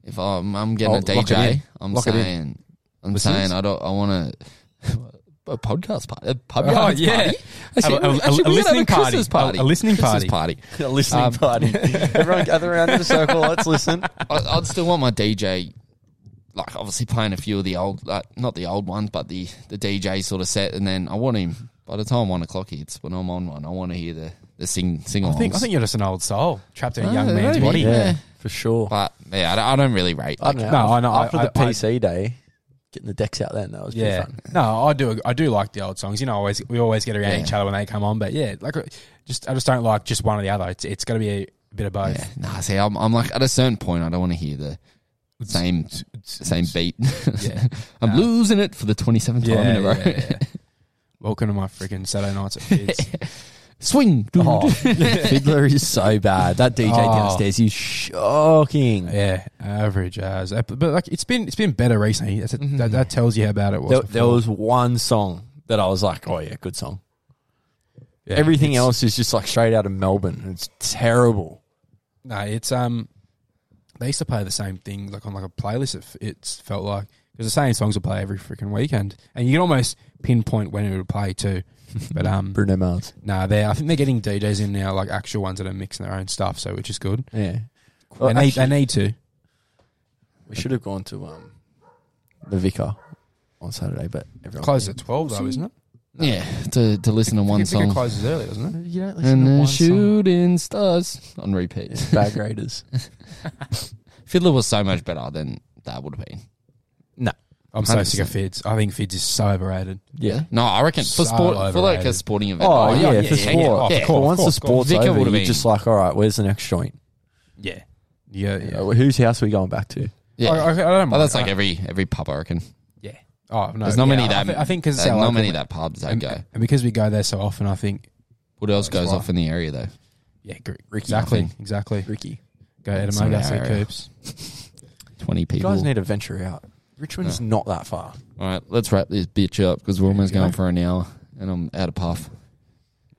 [SPEAKER 1] if I'm I'm getting
[SPEAKER 3] Oh,
[SPEAKER 1] a
[SPEAKER 3] lock it in.
[SPEAKER 1] DJ, I'm
[SPEAKER 3] Lock it in.
[SPEAKER 1] saying I'm
[SPEAKER 3] Listen to
[SPEAKER 1] saying
[SPEAKER 3] this.
[SPEAKER 1] I don't I want to a podcast party, a pub
[SPEAKER 4] Oh,
[SPEAKER 1] yards
[SPEAKER 4] yeah.
[SPEAKER 1] party. I said,
[SPEAKER 4] A- a-
[SPEAKER 1] actually, we
[SPEAKER 4] a- a
[SPEAKER 1] gotta have
[SPEAKER 4] listening party.
[SPEAKER 1] Christmas
[SPEAKER 4] A- a listening
[SPEAKER 1] Christmas
[SPEAKER 4] party.
[SPEAKER 1] party.
[SPEAKER 3] A listening
[SPEAKER 1] Um,
[SPEAKER 3] party. everyone gather around in a circle. Let's listen.
[SPEAKER 1] I, I'd still want my DJ, like obviously playing a few of the old, like not the old ones, but the the DJ sort of set, and then I want him. By the time one o'clock hits, when I'm on one, I want to hear the the sing sing
[SPEAKER 4] I think I think you're just an old soul trapped in a young
[SPEAKER 1] Ah,
[SPEAKER 4] man's
[SPEAKER 1] maybe.
[SPEAKER 4] body.
[SPEAKER 1] Yeah.
[SPEAKER 3] for sure.
[SPEAKER 1] But yeah, I don't, I don't really rate.
[SPEAKER 3] I
[SPEAKER 1] Like,
[SPEAKER 3] don't know.
[SPEAKER 4] No, I know.
[SPEAKER 3] After
[SPEAKER 4] I-
[SPEAKER 3] the
[SPEAKER 4] I- I-
[SPEAKER 3] PC day, getting the decks out then, that was pretty
[SPEAKER 4] Yeah,
[SPEAKER 3] fun.
[SPEAKER 4] no, I do. I do like the old songs. You know, I always we always get around
[SPEAKER 1] Yeah.
[SPEAKER 4] each other when they come on. But yeah, like just I just don't like just one or the other. It's it's got to be a bit of both.
[SPEAKER 1] Yeah, nah. See, I'm, I'm like at a certain point, I don't want to hear the same same beat.
[SPEAKER 4] Yeah.
[SPEAKER 1] I'm
[SPEAKER 4] Nah.
[SPEAKER 1] losing it for the 27th time in a row.
[SPEAKER 4] yeah, yeah. Welcome to my freaking Saturday nights at Fitz.
[SPEAKER 1] Swing, dude.
[SPEAKER 3] Oh, Fiddler is so bad. That DJ
[SPEAKER 4] Oh.
[SPEAKER 3] downstairs is shocking.
[SPEAKER 4] yeah, average as, but like it's been it's been better recently. That's it
[SPEAKER 1] Mm-hmm.
[SPEAKER 4] that, that tells you how bad it was.
[SPEAKER 3] There,
[SPEAKER 4] before.
[SPEAKER 3] there was one song that I was like, oh yeah, good song.
[SPEAKER 4] Yeah,
[SPEAKER 3] Everything
[SPEAKER 4] it's-
[SPEAKER 3] else is just like straight out of Melbourne. It's terrible.
[SPEAKER 4] No, it's um, they used to play the same thing like on like a playlist. It, f- it's felt like because the same songs would play every freaking weekend, and you can almost pinpoint when it would play too. But um,
[SPEAKER 3] Bruno Mars.
[SPEAKER 4] no, they I think they're getting DJs in now, like actual ones that are mixing their own stuff, so which is good.
[SPEAKER 3] Yeah.
[SPEAKER 4] They
[SPEAKER 3] Well,
[SPEAKER 4] need
[SPEAKER 3] actually,
[SPEAKER 4] they need to.
[SPEAKER 3] we should have gone to um, the Vicar on Saturday, but everyone
[SPEAKER 4] Close at twelve though, isn't it?
[SPEAKER 1] Yeah, to, to listen to one
[SPEAKER 4] I think it
[SPEAKER 1] song.
[SPEAKER 4] closes early, doesn't it?
[SPEAKER 3] You don't listen
[SPEAKER 1] And
[SPEAKER 3] to
[SPEAKER 1] the
[SPEAKER 3] one song.
[SPEAKER 1] shooting stars on repeat.
[SPEAKER 3] It's bad graders.
[SPEAKER 1] Fiddler was so much better than that would have been.
[SPEAKER 4] I'm so sick of Fids. I think Fids is so overrated.
[SPEAKER 3] Yeah.
[SPEAKER 1] No, I reckon for
[SPEAKER 4] So
[SPEAKER 1] sport for like a
[SPEAKER 4] overrated.
[SPEAKER 1] sporting event.
[SPEAKER 3] Oh, yeah,
[SPEAKER 4] yeah,
[SPEAKER 3] for
[SPEAKER 4] yeah, yeah,
[SPEAKER 3] sport.
[SPEAKER 4] yeah, of
[SPEAKER 1] yeah.
[SPEAKER 4] course.
[SPEAKER 3] But once the
[SPEAKER 4] of course.
[SPEAKER 3] sport's
[SPEAKER 1] Vicar
[SPEAKER 3] over,
[SPEAKER 1] would've
[SPEAKER 3] you're
[SPEAKER 1] been-
[SPEAKER 3] just like, all right, where's the next joint?
[SPEAKER 4] Yeah, yeah, yeah.
[SPEAKER 3] Uh, whose house are we going back to?
[SPEAKER 1] Yeah.
[SPEAKER 4] I, I, I don't
[SPEAKER 1] But
[SPEAKER 4] mind.
[SPEAKER 1] that's like
[SPEAKER 4] I-
[SPEAKER 1] every every pub, I reckon.
[SPEAKER 4] yeah. Oh no,
[SPEAKER 1] There's not
[SPEAKER 4] yeah,
[SPEAKER 1] many
[SPEAKER 4] I
[SPEAKER 1] that
[SPEAKER 4] thi- I think because
[SPEAKER 1] uh, not many that pubs that
[SPEAKER 4] and,
[SPEAKER 1] go.
[SPEAKER 4] and because we go there so often, I think
[SPEAKER 1] What else goes
[SPEAKER 4] why.
[SPEAKER 1] off in the area though?
[SPEAKER 4] yeah, gr- exactly, exactly.
[SPEAKER 3] Ricky.
[SPEAKER 4] Go
[SPEAKER 1] It's not
[SPEAKER 4] Edamoga,
[SPEAKER 1] our
[SPEAKER 4] see
[SPEAKER 1] area.
[SPEAKER 4] Coops.
[SPEAKER 1] Twenty
[SPEAKER 3] You
[SPEAKER 1] people.
[SPEAKER 3] guys need to venture out. Richmond's not that far.
[SPEAKER 1] All right, let's wrap this bitch up because we're almost going for an hour and I'm out of puff.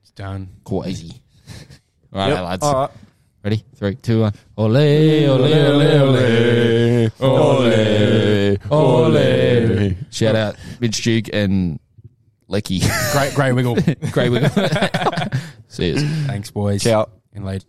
[SPEAKER 4] It's done.
[SPEAKER 1] Crazy. All right,
[SPEAKER 3] Yep.
[SPEAKER 1] lads.
[SPEAKER 3] All right.
[SPEAKER 1] Ready? Three, two, one. Ole, ole, ole, ole. Ole, ole. Shout out Mitch Duke and Lecky.
[SPEAKER 4] Great, great wiggle.
[SPEAKER 1] Great wiggle. See you.
[SPEAKER 4] Thanks, boys.
[SPEAKER 3] Ciao.
[SPEAKER 4] And late.